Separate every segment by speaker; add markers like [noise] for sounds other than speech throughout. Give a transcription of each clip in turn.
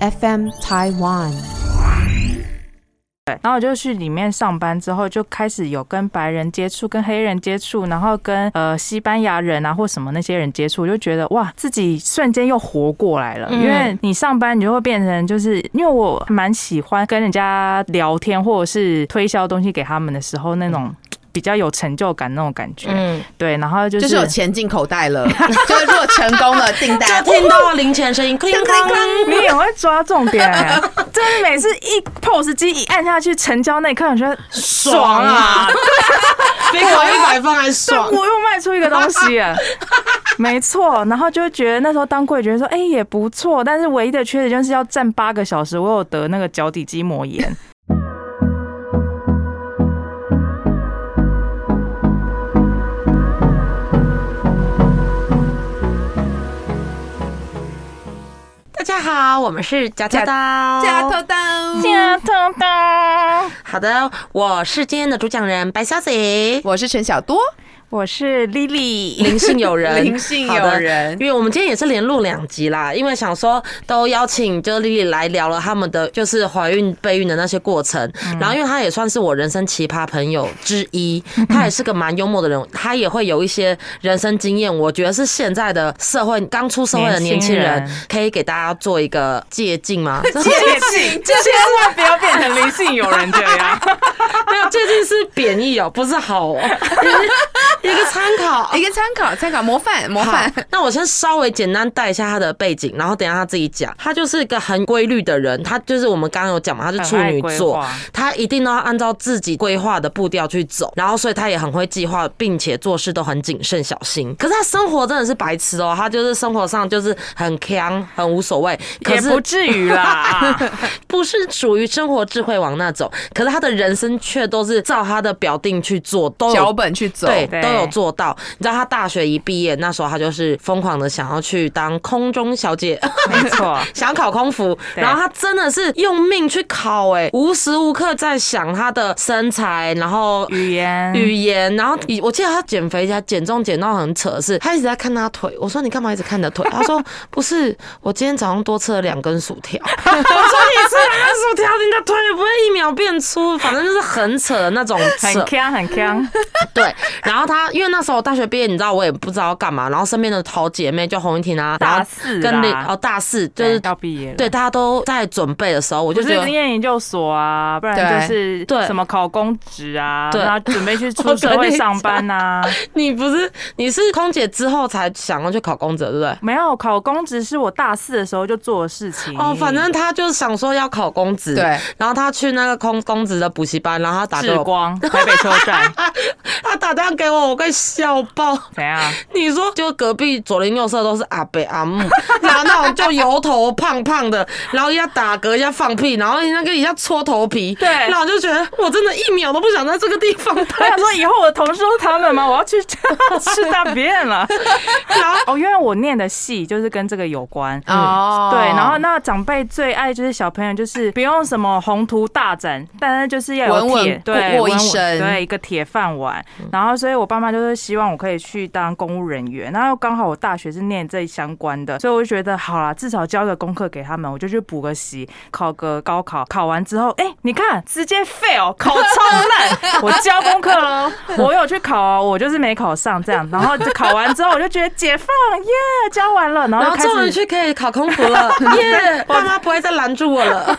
Speaker 1: FM Taiwan。
Speaker 2: 对，然后我就去里面上班之后，就开始有跟白人接触、跟黑人接触，然后跟呃西班牙人啊或什么那些人接触，我就觉得哇，自己瞬间又活过来了。
Speaker 3: 嗯
Speaker 2: 因为你上班，你就会变成就是因为我蛮喜欢跟人家聊天，或者是推销东西给他们的时候，那种比较有成就感那种感觉。
Speaker 3: 嗯，
Speaker 2: 对，然后就
Speaker 3: 就是是有钱进口袋了，就是如果成功了订单，
Speaker 4: [laughs] 就听到零钱声音，叮当。
Speaker 2: [laughs] 你也会抓重
Speaker 4: [laughs]
Speaker 2: 点、欸，就是每次一 POS 机一按下去成交那一刻，我觉得爽啊！！
Speaker 4: [laughs] 飞考一百分还
Speaker 2: 对，
Speaker 4: 爽，
Speaker 2: [laughs] 我又卖出一个东西
Speaker 4: [laughs]
Speaker 2: 了。没错，然后就会觉得那时候当柜觉得说，哎、也不错，但是唯一的缺点就是要站八个小时，我有得那个脚底筋膜炎。
Speaker 4: [laughs] 大家好，我们是夹
Speaker 3: [laughs]
Speaker 4: 夹刀，
Speaker 3: 单
Speaker 2: 加特当，
Speaker 4: 好的，我是今天的主讲人白小姐，
Speaker 3: 我是陈小多，
Speaker 4: 哦
Speaker 2: 我是 Lily。
Speaker 4: [laughs] 灵性友人，
Speaker 3: 灵性
Speaker 4: 好
Speaker 3: 友
Speaker 4: 的
Speaker 3: 人
Speaker 4: 因为我们今天也是连录两集啦，因为想说都邀请就丽丽来聊了他们的就是怀孕备孕的那些过程，然后因为她也算是我人生奇葩朋友之一，她也是个蛮幽默的人，她也会有一些人生经验，我觉得是现在的社会刚出社会的年轻
Speaker 2: 年轻
Speaker 4: 人
Speaker 2: 人
Speaker 4: 可以给大家做一个借鉴吗？
Speaker 2: 近，千万不要变成灵性友人这样。
Speaker 4: [laughs] 没有，借鉴是贬义哦，不是好哦，一个参考。
Speaker 3: 一个参考，参考模范，模
Speaker 4: 好
Speaker 3: 范。，
Speaker 4: [laughs] 那我先稍微简单带一下她的背景，然后等一下她自己讲。她就是一个很规律的人，她就是我们刚刚有讲嘛，她是处
Speaker 2: 很爱
Speaker 4: 女
Speaker 2: 规
Speaker 4: 座
Speaker 2: 划，
Speaker 4: 她一定都要按照自己规划的步调去走，然后所以她也很会计划，并且做事都很谨慎小心。可是她生活真的是白痴哦，她就是生活上就是很强，很无所谓，可
Speaker 2: 也
Speaker 4: 是
Speaker 2: 不至于啦，啊
Speaker 4: 不是属于生活智慧王那种，可是她的人生却都是照她的表定去做，都
Speaker 3: 脚
Speaker 4: 有
Speaker 3: 本去走，
Speaker 4: 哦对，
Speaker 2: 对
Speaker 4: 都有做到。你知道他大学一毕业那时候，他就是疯狂的想要去当空中小姐， [laughs]
Speaker 2: 没错，
Speaker 4: 想考空服，
Speaker 2: 对
Speaker 4: 然后他真的是用命去考、哎，无时无刻在想他的身材，然后。
Speaker 2: 语言
Speaker 4: 语言，然后嗯以我记得他减肥，他减重减到很扯的是，他一直在看他腿。我说你干嘛一直看你的腿？ [laughs] 他说不是，我今天早上多吃了两根薯
Speaker 2: [laughs]
Speaker 4: 条。我说你吃两根薯条，你的腿也不会一秒变粗，反正就是很扯的那种扯。
Speaker 2: 很强很强，
Speaker 4: 对，然后他因为那时候我大学毕业，你知道我也不知道干嘛，然后身边的好姐妹就洪一婷啊，然后
Speaker 2: 大四
Speaker 4: 跟你
Speaker 2: 啦
Speaker 4: 哦大四 [laughs] 就
Speaker 2: 对
Speaker 4: 是
Speaker 2: 要毕业了。
Speaker 4: 对大家都在准备的时候，我就
Speaker 2: 不
Speaker 4: 觉
Speaker 2: 是
Speaker 4: 得。
Speaker 2: 念研究所啊，不然
Speaker 3: 对
Speaker 2: 就是
Speaker 4: 对
Speaker 2: 什么考公职啊，
Speaker 4: 对
Speaker 2: 然后准备去
Speaker 4: [laughs]
Speaker 2: 出社会上班啊。
Speaker 4: 你不是你是空姐之后才想要去考公职，对不对？
Speaker 2: 没有考公职是我大四的时候就做的事情。
Speaker 4: 哦，反正他就想说要考公职，
Speaker 3: 对。
Speaker 4: 然后他去那个空公职的补习班，然后他打给
Speaker 2: 志
Speaker 4: 我，
Speaker 2: 光台北车站
Speaker 4: [laughs]
Speaker 2: [laughs]
Speaker 4: 他打电话给我，我快笑爆。
Speaker 2: 怎样？
Speaker 4: [laughs] 你说，就隔壁左邻右舍都是阿伯阿姆， [laughs] 然后那种就油头胖胖的，然后一下打嗝，一下放屁，然后那个一下搓头皮，
Speaker 2: 对
Speaker 4: 然后我就觉得我真的一秒都不想在这个地方
Speaker 2: 我
Speaker 4: 待
Speaker 2: 想。说以后我的同事都是他们吗？我要去 [laughs] 吃大便
Speaker 4: [laughs]
Speaker 2: 了。
Speaker 4: 然后
Speaker 2: 哦，因为我念的戏就是跟这个有关。
Speaker 4: 嗯
Speaker 3: 哦，
Speaker 2: 对，然后那长辈最爱就是小朋友，就是不用什么宏图大展，但是就是要有
Speaker 3: 稳稳
Speaker 2: 铁对
Speaker 3: 过过
Speaker 2: 稳
Speaker 3: 一
Speaker 2: 稳
Speaker 3: 生嗯
Speaker 2: 对一个铁饭碗。然后，所以我爸妈就是希望我可以去当公务人员，然后刚好我大学是念这相关的，所以我就觉得好啦，至少交个功课给他们，我就去补个习，考个高考。考完之后，哎、你看直接 fail，考超
Speaker 3: [laughs]
Speaker 2: 烂，我交功课喽，我有去考哦，我就是没考上这样。然后就考完之后，我就觉得解放耶，交完了，然后就
Speaker 4: 然后
Speaker 2: 开始
Speaker 4: 终于去可以考空服了，耶！爸妈不会再拦住我了。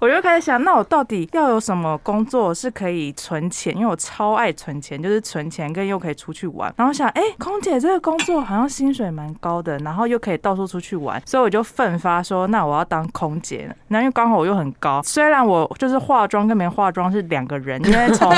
Speaker 2: 我就开始想，那我到底要有什么工作是可以存钱？因为我超爱存钱，就是存钱跟又可以出去玩。然后想，哎、空姐这个工作好像薪水蛮高的，然后又可以到处出去玩，所以我就奋发说，那我要当空姐。那因为刚好我又很高，虽然我就是化妆跟没化妆是两个人，因为从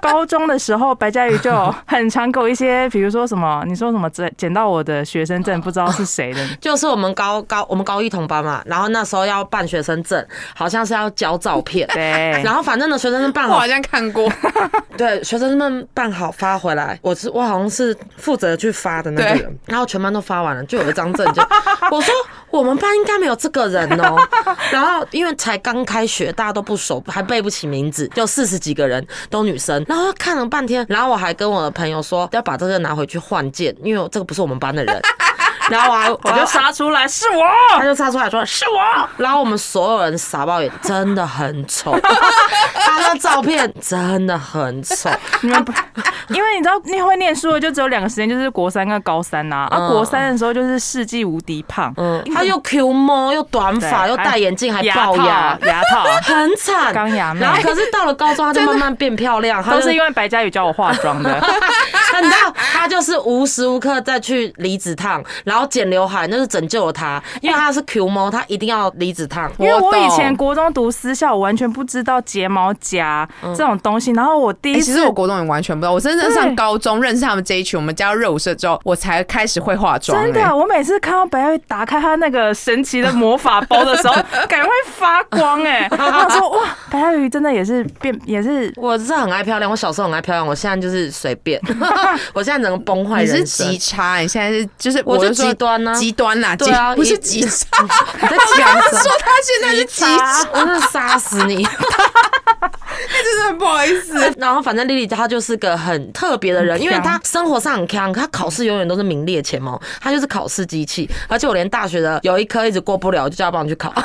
Speaker 2: 高中的时候，白嘉瑜就有很常给我一些，比如说什么，你说什么捡捡到我的学生证，不知道是谁的，
Speaker 4: 就是我们高高我们高一同班嘛，然后那时候要办学生证，好像是要交照片。
Speaker 2: 对，
Speaker 4: 然后反正呢，学生证办
Speaker 3: 我
Speaker 4: 好
Speaker 3: 好像看
Speaker 4: [laughs]
Speaker 3: 过，哎
Speaker 4: 对，学生们办好发回来，我是我好像是负责去发的那个
Speaker 3: 对
Speaker 4: 人，然后全班都发完了，就有一张证件。我说我们班应该没有这个人哦、然后因为才刚开学，大家都不熟，还背不起名字，就四十几个人都女生，然后看了半天，然后我还跟我的朋友说要把这个拿回去换件，因为这个不是我们班的人。然后我还
Speaker 2: 我
Speaker 4: 我
Speaker 2: 就
Speaker 4: 就
Speaker 2: 杀出来，是我。
Speaker 4: 他就插出来说：“是我。”然后我们所有人傻爆眼，真的很丑。他的照片真的很丑，
Speaker 2: 你们不，啊因为你知道，你会念书的就只有两个时间，就是国三跟高三呐、啊。
Speaker 4: 嗯
Speaker 2: 国三的时候就是世纪无敌胖，
Speaker 4: 嗯，他又 Q 猫，又短发，
Speaker 2: 对
Speaker 4: 又戴眼镜，还龅
Speaker 2: 套
Speaker 4: 牙，
Speaker 2: 啊，牙套啊
Speaker 4: 很惨。
Speaker 2: 钢牙妹
Speaker 4: 然后可是到了高中，他就慢慢变漂亮， [laughs] 他
Speaker 2: 都
Speaker 4: 就是 [laughs]
Speaker 2: 因为白嘉宇教我化妆的。
Speaker 4: 他你知道，他就是 [laughs] 无时无刻在去离子烫，然后剪刘海，那是拯救了他，因为他是 Q 猫，他一定要离子烫。
Speaker 2: 因为我以
Speaker 3: 懂
Speaker 2: 前国中读私校，我完全不知道睫毛夹
Speaker 4: 嗯
Speaker 2: 这种东西。然后我第一
Speaker 4: 哎
Speaker 3: 欸
Speaker 2: 次
Speaker 3: 其实我国中也完全不知道，我真正
Speaker 2: 对
Speaker 3: 上高中认识他们这一群，我们加入热舞社之后，我才开始会化妆、欸。
Speaker 2: 真
Speaker 4: 啊
Speaker 2: 的，我每次看到白玉打开他那个神奇的魔法包的时
Speaker 4: [laughs]
Speaker 2: 候，感觉会发光哎、我想说哇，白玉真的也是变，也是
Speaker 4: 我是很爱漂亮，我小时候很爱漂亮，我现在就是随
Speaker 2: [laughs]
Speaker 4: 便，我现在整个崩坏
Speaker 3: 哎你是
Speaker 4: 人生。
Speaker 3: 极差，你现在是就是
Speaker 4: 我
Speaker 3: 就是说
Speaker 4: 极端啊
Speaker 3: 极端啦，
Speaker 4: 对啊
Speaker 3: 极不
Speaker 4: 一
Speaker 3: 是极 [laughs] 差。我
Speaker 4: 你在
Speaker 3: 刚
Speaker 4: 讲
Speaker 3: 刚
Speaker 4: 什
Speaker 3: 说
Speaker 4: 么？
Speaker 3: 他现在是
Speaker 2: [laughs]
Speaker 3: 极差，
Speaker 4: 我真的杀死你！
Speaker 3: 真的不好意思。
Speaker 4: 然后反正莉莉她就是个很特别的人，因为她生活上很强，她考试永远都是名列前茅，她就是考试机器。而且我连大学的有一科一直过不了，我就叫她帮我去考。 [laughs]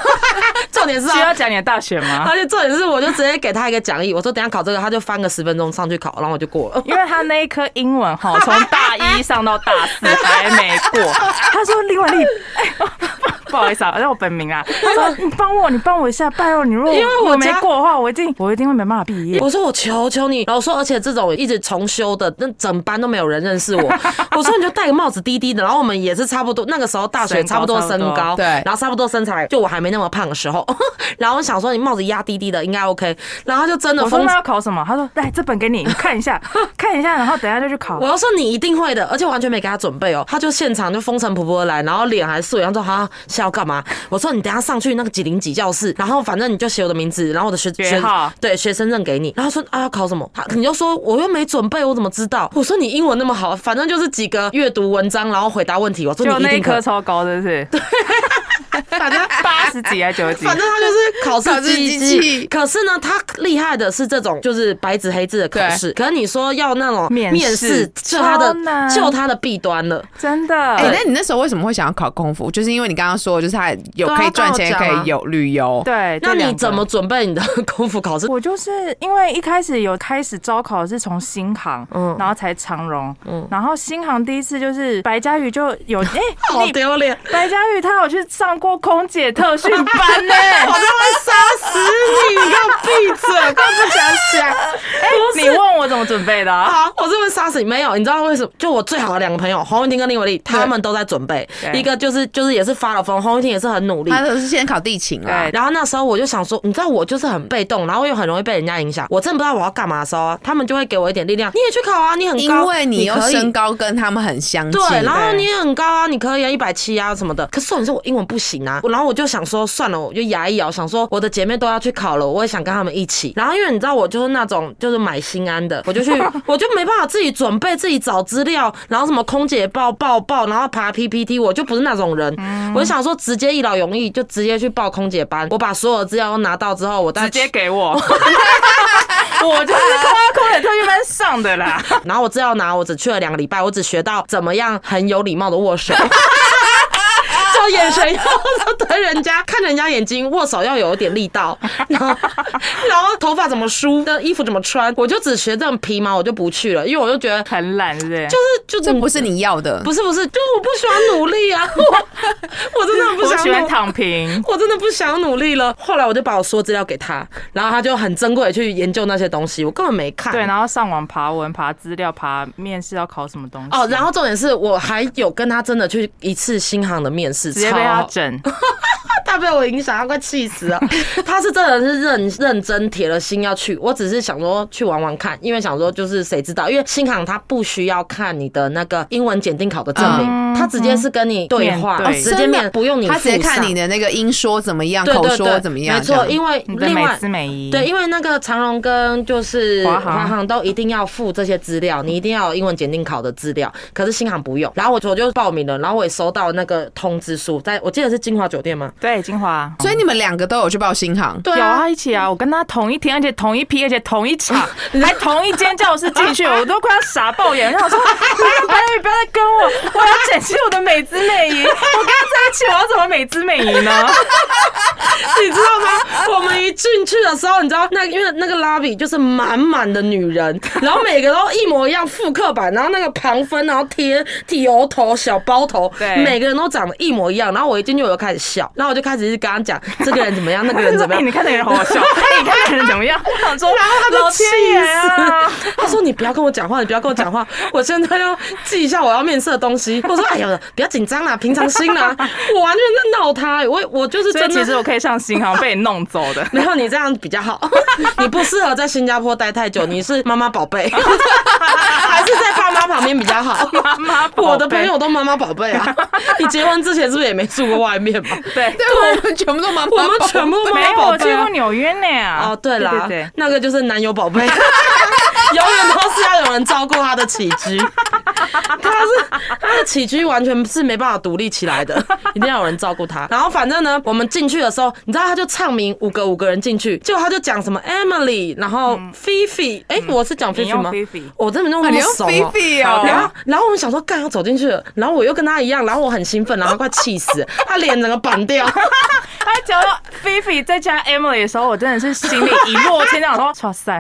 Speaker 4: 重点是
Speaker 2: 需
Speaker 4: 啊
Speaker 2: 要讲你的大学吗？
Speaker 4: 而且重点是，我就直接给他一个讲义，我说等一下考这个，他就翻个十分钟上去考，然后我就过了。
Speaker 2: 因为他那一科英文哈，从大一上到大四还没过。他说：“另外丽，哎、不好意思啊，那我本名啊。”他说：“你帮我，你帮我一下，拜托你，如果
Speaker 4: [laughs] 因为我
Speaker 2: 我没
Speaker 4: 家
Speaker 2: 过的话，我一定我一定会没办法毕业。”
Speaker 4: 我说我求求你，然后我说而且这种一直重修的，那整班都没有人
Speaker 2: [laughs]
Speaker 4: 认识我。我说你就戴个帽子低低的，然后我们也是差不多，那个时候大学
Speaker 2: 身高
Speaker 4: 差不多
Speaker 2: 差
Speaker 4: 身
Speaker 2: 不多
Speaker 4: 高，
Speaker 3: 对
Speaker 4: 然后差不多身材，就我还没那么胖的时候。 [laughs] 然后我想说你帽子压低低的应该 OK，然后就真的
Speaker 2: 我说
Speaker 4: 疯
Speaker 2: 那要考什么？他说：“来，这本给你，你看一
Speaker 4: [laughs]
Speaker 2: 下，看一下，然后等一下就去考
Speaker 4: 我。要说你一定会的，而且完全没给他准备哦，他就现场就风尘仆仆的来，然后脸还素颜，然后说哈是要干嘛？我说你等一下上去那个几零几教室，然后反正你就写我的名字，然后我的学
Speaker 2: 学号
Speaker 4: 对学生证给你，然后说啊要考什么？他你就说我又没准备，我怎么知道？我说你英文那么好，反正就是几个阅读文章，然后回答问题。我”说
Speaker 2: 就
Speaker 4: 你一
Speaker 2: 那一
Speaker 4: 定可
Speaker 2: 科
Speaker 4: 以，
Speaker 2: 超高，真是。 [laughs] 反正八十几还是九十几
Speaker 4: 反，正他就是考
Speaker 3: 考
Speaker 4: 试
Speaker 3: 试
Speaker 4: 机
Speaker 3: 机
Speaker 4: 器
Speaker 3: 器。
Speaker 4: 可是呢，他厉害的是这种就是白纸黑字的考试，可是你说要那种
Speaker 2: 面
Speaker 4: 面
Speaker 2: 试
Speaker 4: 试，就他的
Speaker 2: 超难
Speaker 4: 就他的弊端了。
Speaker 2: 真的。
Speaker 3: 哎、那你那时候为什么会想要考空服？就是因为你刚刚说，就是他有
Speaker 4: 对啊
Speaker 3: 可以赚钱，也
Speaker 4: 刚
Speaker 3: 可
Speaker 4: 刚有讲啊
Speaker 3: 以有旅游。
Speaker 2: 对，
Speaker 4: 那
Speaker 2: 哎这两
Speaker 4: 你
Speaker 2: 个
Speaker 4: 怎么准备你的 [laughs] 功夫
Speaker 2: [laughs]
Speaker 4: 考试？
Speaker 2: 我就是因为一开始有开始招考是从新航，
Speaker 4: 嗯
Speaker 2: 然后才长荣，
Speaker 4: 嗯
Speaker 2: 然后新航第一次就是白嘉宇就
Speaker 4: [laughs]
Speaker 2: 有哎、
Speaker 4: 好
Speaker 2: 你
Speaker 4: 丢脸！
Speaker 2: 白嘉宇他有去上过空姐特训班
Speaker 4: [laughs]
Speaker 2: 呢、
Speaker 4: 我就会杀死你！你给我闭嘴！我根本不想 [laughs] 讲。哎，
Speaker 2: 你问我怎么准备的、啊？
Speaker 4: 好，我是会杀死你。没有，你知道为什么？就我最好的两个朋友黄文婷跟林伟丽，他们都在准备。
Speaker 2: 对
Speaker 4: 一个就是就是也是发了疯，黄文婷也是很努力。
Speaker 3: 他都是先考地勤啦
Speaker 2: 对，
Speaker 4: 然后那时候我就想说，你知道我就是很被动，然后又很容易被人家影响。我真的不知道我要干嘛的时候啊，他们就会给我一点力量。你也去考啊，你很高，
Speaker 3: 因为你又
Speaker 4: 可以
Speaker 3: 身高跟他们很相近。
Speaker 4: 对，然后
Speaker 2: 对
Speaker 4: 你也很高啊，你可以啊，一百七啊什么的。可是重点是我英文不行啊，然后我就想说算了，我就牙一咬，想说我的姐妹都要去考了，我也想跟她们一起。然后因为你知道我就是那种就是买心安的，我就
Speaker 2: [laughs]
Speaker 4: 去，我就没办法自己准备，自己找资料，然后什么空姐报报报，然后爬 PPT，我就不是那种人。
Speaker 2: 嗯
Speaker 4: 我就想说直接一劳永逸，就直接去报空姐班。我把所有的资料都拿到之后，我再
Speaker 2: 直接给
Speaker 4: [laughs]
Speaker 2: 我，我就是空空姐特训班上的啦。
Speaker 4: 然后我资料拿，我只去了两个礼拜，我只学到怎么样很有礼貌的握手。就眼神要对人家看人家眼睛，握手要有一点力道，然后然后头发怎么梳，那衣服怎么穿，我就只学这种皮毛，我就不去了，因为我就觉得
Speaker 2: 很懒，是不是？
Speaker 4: 就是就
Speaker 3: 这不是你要的，
Speaker 4: 不是不是，就是我不喜欢努力啊，我我真的不
Speaker 2: [laughs] 我
Speaker 4: 想
Speaker 2: 喜
Speaker 4: 努
Speaker 2: 欢躺
Speaker 4: [laughs]
Speaker 2: 平。
Speaker 4: 我真的不想努力了。后来我就把我所有资料给他，然后他就很珍贵地去研究那些东西，我根本没看。
Speaker 2: 对，然后上网爬文、爬资料、爬面试要考什么东西。
Speaker 4: 哦，然后重点是我还有跟他真的去一次新航的面试，
Speaker 2: 直接
Speaker 4: 超
Speaker 2: 被他
Speaker 4: 好 [laughs]
Speaker 2: 整，
Speaker 4: 他被我影响，他快气死
Speaker 2: [laughs]
Speaker 4: 了。他是真的是认认真铁了心要去，我只是想说去玩玩看，因为想说就是谁知道，因为新航他不需要看你的那个英文检定考的证明，他直接是跟你对话，
Speaker 2: 哦面对
Speaker 4: 直接面
Speaker 3: 真的
Speaker 4: 不用你
Speaker 3: 哦他直接
Speaker 4: 附上
Speaker 3: 看你的那个音说怎么样，
Speaker 4: 对
Speaker 3: 口
Speaker 4: 对
Speaker 3: 说
Speaker 4: 对，
Speaker 3: 怎么样，
Speaker 4: 没错，因为
Speaker 2: 你的
Speaker 4: 另
Speaker 2: 美
Speaker 4: 外
Speaker 2: 姿美仪。
Speaker 4: 对，因为那个长荣跟就是
Speaker 2: 华
Speaker 4: 华
Speaker 2: 航
Speaker 4: 航都一定要附这些资料，你一定要有英文检定考的资料，可是新航不用。然后我我就报名了，然后我也收到那个通知书，在我记得是金华酒店吗？
Speaker 2: 对，金华。
Speaker 3: 所以你们两个都有去报新航，
Speaker 4: 对
Speaker 2: 有
Speaker 4: 啊， [laughs]
Speaker 2: 啊，一起啊！我跟他同一天，而且同一批，而且同一场，还同一间教室进去，我都快要傻爆眼。然后我说：“ [laughs] 不要不要再跟我，我要展现我的美姿美仪。我跟他在一起，我要怎么美姿美仪呢？
Speaker 4: 你知道吗？我们一进去的时候，你知道那因为那个拉比就是满满的女人，然后每个都一模一样复刻版，然后那个旁分，然后贴剃油头、小包头，
Speaker 2: 对
Speaker 4: 每个人都长得一模一样。然后我一进去我就开始笑，然后我就开始一直跟他讲这个人怎么
Speaker 2: [laughs]
Speaker 4: 样，那 [laughs] 个人怎么
Speaker 2: 哎
Speaker 4: 样
Speaker 2: 你。看那个人好好笑，哎你看那个人怎么样？”我想说，然后
Speaker 4: [laughs] 他都
Speaker 2: 老
Speaker 4: 气
Speaker 2: 天爷啊！
Speaker 4: 死， [laughs] 他说：“你不要跟我讲话，你不要跟我讲话， [laughs] 我现在要记一下我要面试的东西。”我说：“哎呀，不要紧张啦，平常心啦。” [laughs] 我完全在闹他，我我就是
Speaker 2: 所
Speaker 4: 真
Speaker 2: 以
Speaker 4: 的。
Speaker 2: 其实我可以上新航被你弄走的。
Speaker 4: [laughs] 没有你这样比较好， [laughs] 你不适合在新加坡待太久，你是妈妈宝贝， [laughs] 还是在爸妈旁边比较好。
Speaker 2: [laughs] 妈妈宝贝，
Speaker 4: 我的朋友都妈妈宝贝啊，你结婚之前是不是也没住过外面嘛？
Speaker 2: 对。
Speaker 3: 对，我们全部都蛮
Speaker 4: 我们 [laughs] 全部妈
Speaker 2: 没
Speaker 4: 妈
Speaker 2: 有，
Speaker 4: 宝
Speaker 2: 我
Speaker 4: 贝
Speaker 2: 去
Speaker 4: 啊
Speaker 2: 过。纽约呢。
Speaker 4: 哦，对啦，
Speaker 2: 啊对对
Speaker 4: 那个就是男友宝贝。 [laughs] 永远都是要有人照顾他的起居，他是他的起居完全是没办法独立起来的，一定要有人照顾他。然后反正呢，我们进去的时候，你知道他就唱名五个五个人进去，结果他就讲什么 Emily，然后 Fifi，哎、我是讲
Speaker 2: 你
Speaker 4: Fifi
Speaker 2: 用
Speaker 4: 吗
Speaker 2: Fifi
Speaker 4: 我真的弄
Speaker 3: 啊
Speaker 4: 那
Speaker 3: 你
Speaker 4: 么
Speaker 3: 用
Speaker 4: 熟、
Speaker 3: 菲
Speaker 4: 哦。
Speaker 3: 菲哦，
Speaker 4: 然后，然后我们想说，干要走进去了，然后我又跟他一样，然后我很兴奋，然后他快气死，他脸整个板掉。
Speaker 2: 他讲到菲菲在加 Emily 的时候，我真的是心里一落千丈，我说哇塞，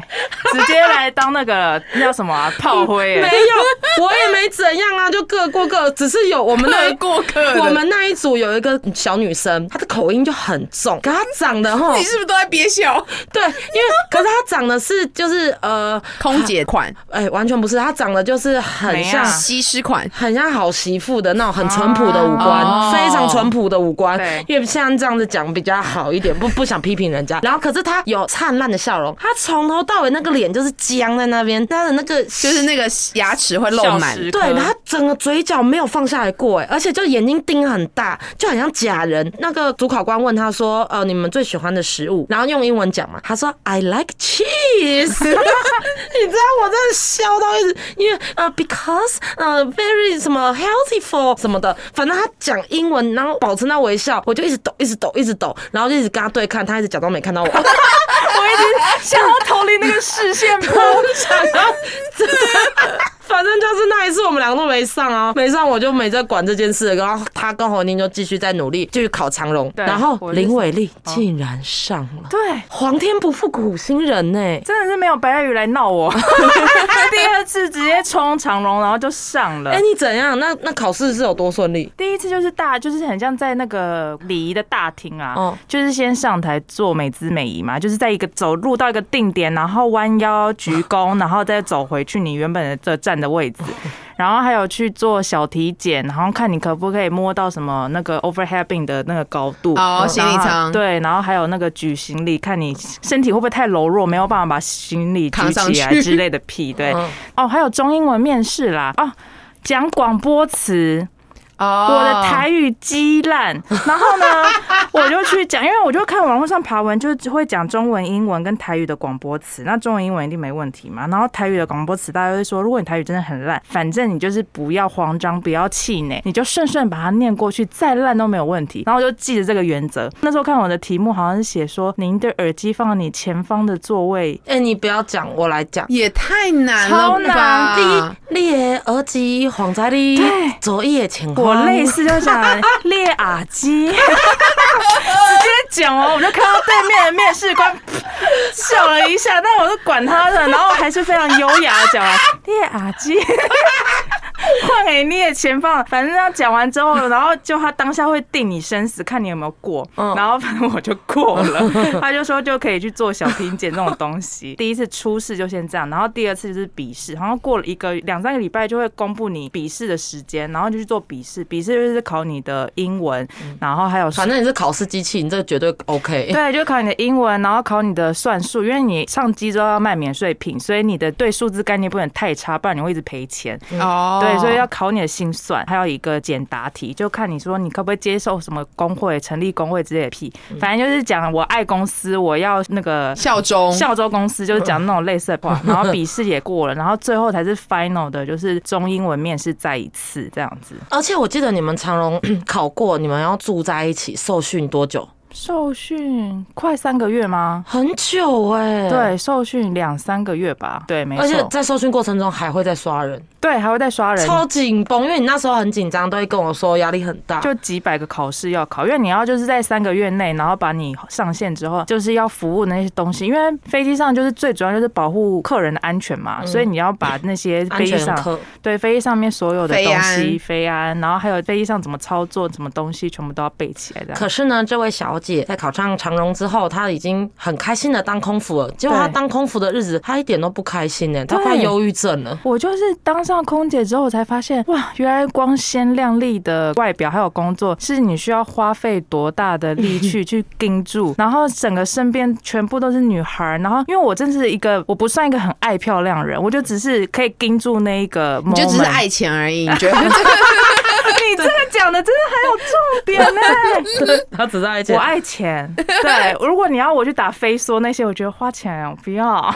Speaker 2: 直接来当那个那叫什么啊炮灰耶、
Speaker 4: 没有，我也没怎样啊，就各过各，只是有我们那
Speaker 3: [laughs] 各过各的
Speaker 4: 我们那一组有一个小女生，她的口音就很重，可她长得哈
Speaker 3: [laughs] 你，是不是都在憋
Speaker 4: [laughs]
Speaker 3: 笑？
Speaker 4: 对，因为可是她长得是就是呃，
Speaker 3: 空姐 [laughs] 款、
Speaker 4: 哎、完全不是，她长得就是很像
Speaker 2: 怎样。
Speaker 3: 西施款，
Speaker 4: 很像好媳妇的那种很淳朴的五官，
Speaker 3: 哦
Speaker 4: 非常淳朴的五官
Speaker 2: 对。
Speaker 4: 因为像这样子讲比较好一点，不不想批评人家。然后可是她有灿烂的笑容，她从头到尾那个脸就是僵在那边，她的那个
Speaker 3: 就是那个牙齿会露满
Speaker 2: 笑，时
Speaker 4: 对，
Speaker 2: 刻
Speaker 4: 然后整个嘴角没有放下来过，哎，而且就眼睛盯很大，就很像假人。那个主考官问他说：“呃，你们最喜欢的食物？”然后用英文讲嘛，他说：“I like
Speaker 2: [laughs]
Speaker 4: cheese。” [laughs] 你知道我真的笑到一直，因为呃，because 呃，very 什么 healthy for 什么的，反正他讲英文，然后保持那微笑，我就一直抖，一直抖，一直抖，然后就一直跟他对看，他一直假装没看到我。
Speaker 2: 我一直想要逃离那个视线坡。
Speaker 4: 然后真的， [laughs] 反正就是那一次我们两个都没上啊，没上我就没再管这件事了。然后他跟侯宁就继续在努力，继续考长荣，
Speaker 2: 对
Speaker 4: 然后
Speaker 2: 我就是
Speaker 4: 林伟丽竟然上了。
Speaker 2: 对，
Speaker 4: 皇天不负苦心人呢、
Speaker 2: 真的是没有白带鱼来闹我。 [laughs] 第二次直接冲长龙，然后就上了。
Speaker 4: 哎、你怎样？那那考试是有多顺利？
Speaker 2: 第一次就是大，就是很像在那个礼仪的大厅啊，
Speaker 3: 哦
Speaker 4: 嗯
Speaker 2: 就是先上台做美姿美仪嘛，就是在一个走路到一个定点，然后弯腰鞠躬， [laughs] 然后再走回去你原本的这站的
Speaker 3: [laughs]
Speaker 2: 位置。然后还有去做小体检，然后看你可不可以摸到什么那个 overhead bin 的那个高度
Speaker 3: 哦
Speaker 2: 嗯
Speaker 3: 行李
Speaker 2: 然后
Speaker 3: 舱
Speaker 2: 对，然后还有那个举行李，看你身体会不会太柔弱，没有办法把行李举
Speaker 3: 扛上
Speaker 2: 起来
Speaker 3: 去
Speaker 2: 之类的屁，
Speaker 3: [laughs]
Speaker 2: 对
Speaker 4: 嗯，
Speaker 2: 哦，还有中英文面试啦，哦，讲广播词，
Speaker 3: 哦
Speaker 2: 我的台语鸡烂，然后呢，我就去讲，因为我就看网络上爬文，就会讲中文、英文跟台语的广播词，那中文、英文一定没问题嘛。然后台语的广播词，大家会说，如果你台语真的很烂，反正你就是不要慌张，不要气馁，你就顺顺把它念过去，再烂都没有问题。然后我就记着这个原则。那时候看我的题目好像是写说，您的耳机放到你前方的座位。
Speaker 4: 哎、你不要讲，我来讲。
Speaker 3: 也太难了
Speaker 2: 超难
Speaker 4: 第
Speaker 3: 吧？
Speaker 4: 一，你的耳机放在你
Speaker 2: 啊对
Speaker 4: 左翼的前方。
Speaker 2: 我类似就讲列耳机，直 [laughs] 接讲哦完，我就看到对面的面试官笑了一下，但我就管他的，然后还是非常优雅的讲完列耳 [laughs] 机。换给你的前方，反正他讲完之后，然后就他当下会定你生死，看你有没有过。
Speaker 4: 嗯
Speaker 2: 然后反正我就过了，他就说就可以去做小品检这种东西。第一次初试就先这样，然后第二次就是笔试，然后过了一个两三个礼拜就会公布你笔试的时间，然后就去做笔试。笔试就是考你的英文，然后还有
Speaker 4: 反正你是考试机器，你这个绝对 OK。
Speaker 2: 对，就考你的英文，然后考你的算术，因为你上机之后要卖免税品，所以你的对数字概念不能太差，不然你会一直赔钱。
Speaker 3: 哦，
Speaker 2: 对，所以要考你的心算，还有一个简答题，就看你说你可不可以接受什么工会、成立工会之类的屁，反正就是讲我爱公司，我要那个
Speaker 3: 效忠
Speaker 2: 校州公司，就是讲那种类似的 [laughs] 话，然后笔试也过了，然后最后才是 final 的，就是中英文面试再一次这样子。
Speaker 4: [clears throat] 而且我记得你们长荣考过，你们要住在一起受训多久？
Speaker 2: 受训快三个月吗？
Speaker 4: 很久哎、，
Speaker 2: 对，受训两三个月吧。对，没
Speaker 4: 而且
Speaker 2: 错。
Speaker 4: 在受训过程中还会再刷人，
Speaker 2: 对，还会再刷人，
Speaker 4: 超紧绷，因为你那时候很紧张，都会跟我说压力很大。
Speaker 2: 就几百个考试要考，因为你要就是在三个月内，然后把你上线之后，就是要服务那些东西，因为飞机上就是最主要就是保护客人的安全嘛，所以你要把那些
Speaker 4: 嗯安
Speaker 2: 飞机
Speaker 4: 全
Speaker 2: 上
Speaker 4: 课，
Speaker 2: 对飞机上面所有的
Speaker 3: 飞
Speaker 2: 东
Speaker 3: 安
Speaker 2: 西飞安，然后还有飞机上怎么操作，什么东西全部都要背起来这样。
Speaker 4: 可是呢，这位小姐在考上长荣之后，她已经很开心的当空服了。结果她
Speaker 2: 对
Speaker 4: 当空服的日子，她一点都不开心欸呢、她
Speaker 2: 对
Speaker 4: 快忧郁
Speaker 2: [laughs]
Speaker 4: 症了。
Speaker 2: 我就是当上空姐之后，我才发现哇，原来光鲜亮丽的外表还有工作，是你需要花费多大的
Speaker 3: [laughs]
Speaker 2: 力气去盯住。然后整个身边全部都是女孩儿，然后因为我真是一个，我不算一个很爱漂亮的人，我就只是可以盯住那一个 moment，
Speaker 3: 你就只是爱钱而已，你觉得
Speaker 2: [laughs] 你这个讲的真的很有重点呢、
Speaker 3: [laughs]
Speaker 4: 她只是爱
Speaker 2: 我爱钱，对。如果你要我去打飞梭那些，我觉得花钱我不
Speaker 3: [laughs]
Speaker 2: 要。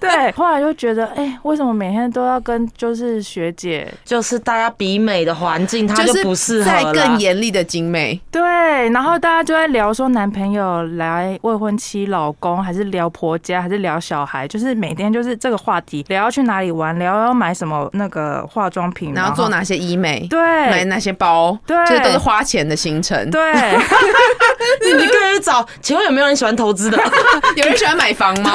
Speaker 2: 对，后来就觉得，哎、为什么每天都要跟就是学姐
Speaker 4: 就是大家比美的环境，她就不
Speaker 3: 就
Speaker 4: 适
Speaker 3: 是
Speaker 4: 合
Speaker 3: 在
Speaker 4: 了。
Speaker 3: 更严厉的精美，
Speaker 2: 对，然后大家就在聊说男朋友来未婚妻、老公，还是聊婆家，还是聊小孩，就是每天就是这个话题，聊要去哪里玩，聊要买什么那个化妆品，
Speaker 3: 然后做？哪些医美，买
Speaker 2: 嗯对
Speaker 3: 哪些包，
Speaker 2: 对
Speaker 3: 这都是花钱的行程。
Speaker 2: 对，
Speaker 4: [laughs] 你可以去找，请问有没有人喜欢投资的？ [laughs]
Speaker 3: 有人喜欢买房吗？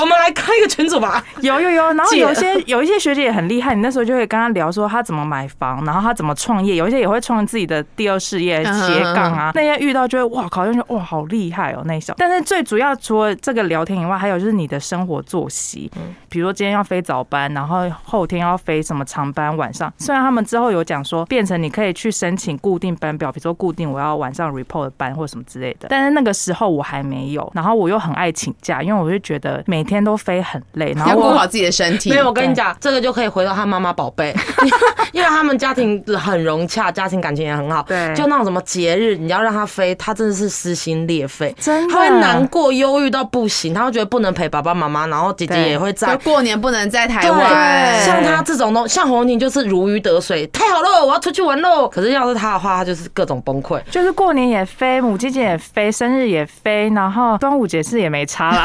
Speaker 4: 我们来开一个群组吧。
Speaker 2: 有有有。然
Speaker 3: [laughs]
Speaker 2: 后
Speaker 4: 借
Speaker 2: 有一些有一些学姐也很厉害，你那时候就会跟她聊说她怎么买房，然后她怎么创业，有一些也会创自己的第二事业
Speaker 3: 嗯
Speaker 2: 斜杠啊。那些遇到就会哇靠，就觉得哇好厉害哦那一种。但是最主要除了这个聊天以外，还有就是你的生活作息，比如说今天要飞早班，然后后天要飞什么长班，晚上。虽然他们之后有讲说，变成你可以去申请固定班表，比如说固定我要晚上 report 的班或什么之类的，但是那个时候我还没有，然后我又很爱请假，因为我就觉得每天都飞很
Speaker 3: [laughs]
Speaker 2: 累，然
Speaker 3: 要
Speaker 2: 后
Speaker 3: 顾好
Speaker 2: 我。
Speaker 3: 自己的身体
Speaker 4: 没。有，我跟你讲，这个就可以回到她妈妈宝
Speaker 2: [laughs]
Speaker 4: 贝，因为他们家庭很融洽，家庭感情也很好。
Speaker 2: 对
Speaker 4: 就那种什么节日，你要让她飞，她真的是撕心裂肺，
Speaker 2: 真的
Speaker 4: 她会难过、忧郁到不行，她会觉得不能陪爸爸妈妈，然后姐姐
Speaker 2: 对
Speaker 4: 也会在
Speaker 3: 就。过年不能在台
Speaker 4: 对，
Speaker 3: 湾，
Speaker 4: 像她这种东，像红婷就是如鱼得水，太好了，我要出去玩喽。可是要是她的话，她就是各种
Speaker 2: [laughs]
Speaker 4: 崩溃。
Speaker 2: 就是过年也飞，母亲节也飞，生日也飞，然后端午节是也没差啦。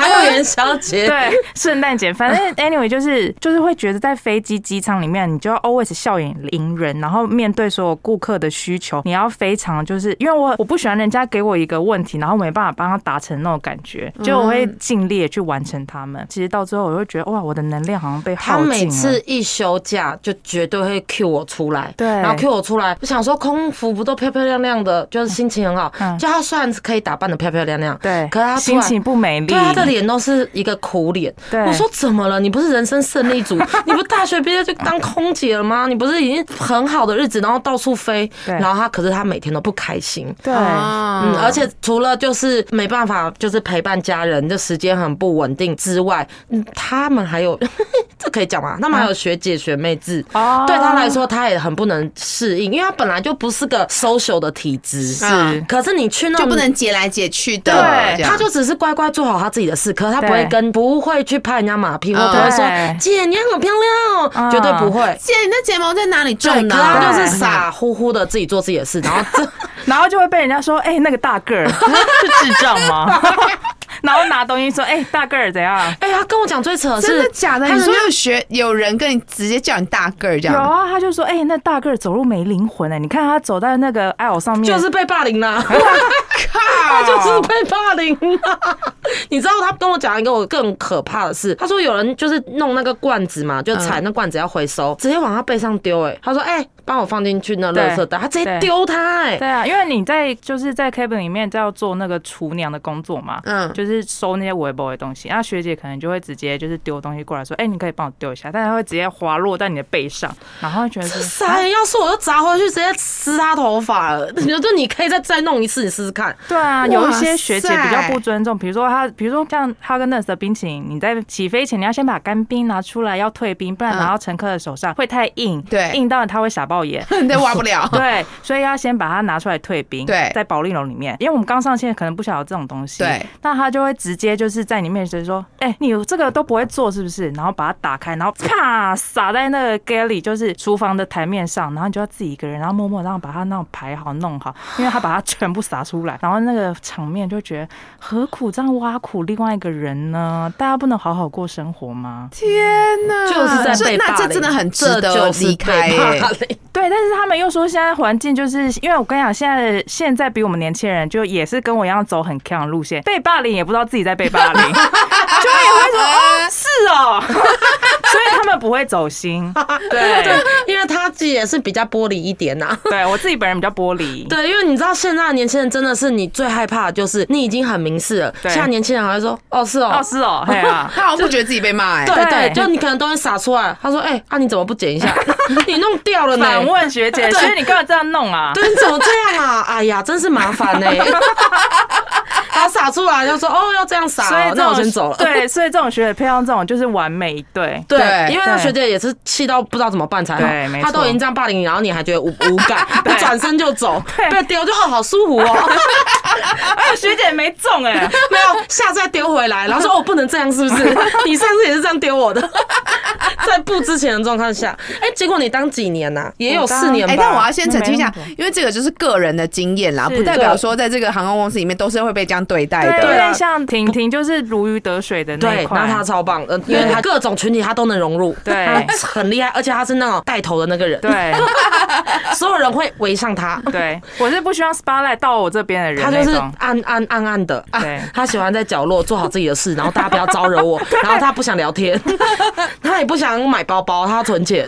Speaker 4: 还有元宵
Speaker 2: [laughs]
Speaker 4: 节， [laughs]
Speaker 2: 对，圣诞节，反
Speaker 4: 嗯
Speaker 2: 正 anyway 就是就是会觉得在飞机机场里面，你就要 always 笑脸迎人，然后面对所有顾客的需求，你要非常就是因为我我不喜欢人家给我一个问题，然后没办法帮他达成那种感觉，
Speaker 4: 嗯
Speaker 2: 就我会尽力地去完成他们。其实到最后，我会觉得哇，我的能量好像被
Speaker 4: 他
Speaker 2: 耗
Speaker 4: 每
Speaker 2: 尽了
Speaker 4: 次。一休假就绝对会 cue 我出来，
Speaker 2: 对
Speaker 4: 然后 cue 我出来，我想说空服不都漂漂亮亮的，就是心情很好，
Speaker 2: 嗯
Speaker 4: 就他虽然可以打扮的漂漂亮亮，
Speaker 2: 对，
Speaker 4: 可是他出
Speaker 2: 心
Speaker 4: 来
Speaker 2: 情不美丽，
Speaker 4: 对他的脸都是一个苦脸。
Speaker 2: 对
Speaker 4: 我说怎么了？你不是人生胜
Speaker 2: [laughs]
Speaker 4: 利组？你不是大学毕业就当空姐了吗？你不是已经很好的日子，然后到处飞，
Speaker 2: 对
Speaker 4: 然后他可是他每天都不开心。
Speaker 2: 对
Speaker 4: 嗯，
Speaker 3: 啊，
Speaker 4: 而且除了就是没办法，就是陪伴家人的时间很不稳定之外，嗯，他们还有 [laughs] 这可以讲吗？他们还有学姐学妹制。
Speaker 2: 哦
Speaker 4: 对他来说，他也很不能适应，因为他本来就不是个 social 的体质。
Speaker 3: 嗯
Speaker 4: 可是你去那
Speaker 3: 就
Speaker 4: 种呃
Speaker 3: 不能结来结去的，
Speaker 2: 对
Speaker 3: 这样
Speaker 4: 他就只是乖乖做好他自己的事，可是他不会
Speaker 2: 对
Speaker 4: 跟，不会去拍人家马屁，或不会说
Speaker 2: 对
Speaker 4: 姐你好漂亮
Speaker 2: 嗯
Speaker 4: 哦，绝对不会。
Speaker 3: 姐，你那睫毛在哪里
Speaker 4: 对，
Speaker 3: 种
Speaker 4: 可
Speaker 3: 的？
Speaker 4: 是他就
Speaker 2: 对
Speaker 4: 是傻乎乎的自己做自己的事，然后这 [laughs]
Speaker 2: 然后就会被人家说，哎、那个大个儿是智障吗？ [laughs] 然后拿东西说，哎、大个儿怎样？
Speaker 4: 哎，他跟我讲最扯的是
Speaker 3: 真的假的？
Speaker 4: 他
Speaker 3: 你
Speaker 4: 人
Speaker 3: 说
Speaker 4: 家
Speaker 3: 有学有人跟你直接叫你大个儿这
Speaker 2: 有
Speaker 3: [laughs] 样？
Speaker 2: 啊，他就说，哎、那大个儿走路没灵魂哎、你看他走在那个爱偶上面，
Speaker 4: 就是被霸凌了，他
Speaker 3: 靠
Speaker 4: 就是被霸凌了。你知道他跟我讲一个我更可怕的事，他说有人就是弄那个罐子嘛，就
Speaker 3: 嗯
Speaker 4: 踩那罐子要回收，直接往他背上丢。哎，他说哎，帮我放进去那垃圾袋，他直接丢他哎
Speaker 2: 对。啊，因为你在就是在 cabin 里面在要做那个厨娘的工作嘛，
Speaker 3: 嗯
Speaker 2: 就是收那些微波的东西，那学姐可能就会直接就是丢东西过来说，哎、你可以帮我丢一下，但是她会直接滑落在你的背上，然后会觉得
Speaker 4: [laughs]
Speaker 2: 说
Speaker 4: 傻眼，要是我就砸回去，直接撕他头 [laughs] 发了。就你可以再再弄一次，你试试看。
Speaker 2: 对啊，有一
Speaker 3: 哇
Speaker 2: 些学姐比较不尊重，比如说她它，比如说像哈根达斯的冰淇淋，你在起飞前你要先把干冰拿出来，要退冰，不然
Speaker 3: 嗯
Speaker 2: 拿到乘客的手上会太硬，
Speaker 3: 对
Speaker 2: 硬到它会傻爆眼。
Speaker 3: 你都挖不
Speaker 2: [laughs]
Speaker 3: 了。
Speaker 2: 对，所以要先把它拿出来退冰，
Speaker 3: 对
Speaker 2: 在保利龙里面，因为我们刚上线，可能不晓得这种东西，
Speaker 3: 对，
Speaker 2: 那他就会直接就是在你面前说，哎、你这个都不会做是不是？然后把它打开，然后啪撒在那个 galley，就是厨房的台面上，然后你就要自己一个人，然后默默然后把它那种排好弄好，因为他把它全部撒出来，然后那个场面就觉得何苦这样挖苦另外一个人呢？大家不能好好过生活吗？
Speaker 3: 天哪，
Speaker 4: 就是在
Speaker 3: 嗯这
Speaker 4: 被霸
Speaker 3: 那
Speaker 4: 凌，
Speaker 3: 这真的很值
Speaker 4: 这
Speaker 3: 得
Speaker 4: 就是
Speaker 3: 离开
Speaker 4: 被
Speaker 3: 耶、
Speaker 4: 霸凌 [laughs]
Speaker 2: 对，但是他们又说现在环境就是，因为我跟你讲，现在的现在比我们年轻人就也是跟我一样走很强的路线，被霸凌也不知道自己在被霸
Speaker 4: [laughs]
Speaker 2: 凌，就也会说哦是哦，所以他们不会走心。对，
Speaker 4: 因为他自己也是比较玻璃一点啊呐、
Speaker 2: 对我自己本人比较玻璃，
Speaker 4: 对，因为你知道现在的年轻人真的是你最害怕的就是你已经很明示了，
Speaker 2: 对
Speaker 4: 现在年轻人还会说哦是哦
Speaker 2: 哦是哦，嘿
Speaker 4: [laughs]
Speaker 2: 啊，
Speaker 3: 他好像不觉得自己被骂哎、
Speaker 4: 对
Speaker 2: 对
Speaker 4: 对，就你可能东西撒出来，他说：“哎、啊，你怎么不捡一下？
Speaker 2: [laughs]
Speaker 4: 你弄掉了呢
Speaker 2: 反问学姐，所以你干嘛这样弄？”啊？
Speaker 4: 对，你怎么这样啊？哎呀，真是麻
Speaker 2: [laughs]
Speaker 4: 烦呢、他撒出来就说：“哦，要这样撒、
Speaker 2: 所以
Speaker 4: 哦，
Speaker 2: 这
Speaker 4: 那
Speaker 2: 种
Speaker 4: 我先走了。”
Speaker 2: 对，所以这种学姐配上这种就是完美一对。
Speaker 4: 对
Speaker 3: 对
Speaker 4: 因为那
Speaker 2: 对
Speaker 4: 学姐也是气到不知道怎么办才
Speaker 2: 对没
Speaker 4: 好，她都
Speaker 2: 错
Speaker 4: 已经这样霸凌你，然后你还觉得无无感，
Speaker 2: [laughs] 对
Speaker 4: 你转身就走，
Speaker 2: 对
Speaker 4: 被丢就哦，好舒服哦，
Speaker 2: 哎，学姐没中哎、
Speaker 4: [laughs] 没有下次再丢回来，然后说哦，不能这样，是不
Speaker 3: [laughs]
Speaker 4: 是？你上次也是这样丢我的， [laughs] 在不知情的状况下，哎、结果你当几年呐、也有
Speaker 2: 我当
Speaker 4: 四年吧
Speaker 3: 哎、？但我要先澄清一
Speaker 4: 嗯
Speaker 3: 下
Speaker 2: 没那么，
Speaker 3: 因为这个就是个人的经验啦，
Speaker 2: 是
Speaker 3: 不代表说在这个航空公司里面都是会被这样对待
Speaker 2: 对，
Speaker 3: 的。
Speaker 2: 因为像婷婷就是如鱼得水的那
Speaker 4: 啊对
Speaker 2: 一，块，
Speaker 4: 那他超棒，呃，因为他各种群体他都能融入，
Speaker 2: 对
Speaker 4: 他很厉害，而且他是那种带头的那个人，
Speaker 2: 对。
Speaker 4: [laughs] 所有人会围上他， [laughs]
Speaker 2: 对，我是不希望 spotlight 到我这边的人
Speaker 4: 他
Speaker 2: 那
Speaker 4: 就是
Speaker 2: 种。
Speaker 4: 暗暗暗暗的，啊
Speaker 2: 对
Speaker 4: 他喜欢在角落做好自己的事，然后大家不要招惹我，然后他不想聊天，
Speaker 2: [laughs]
Speaker 4: 他也不想买包包，他要存钱，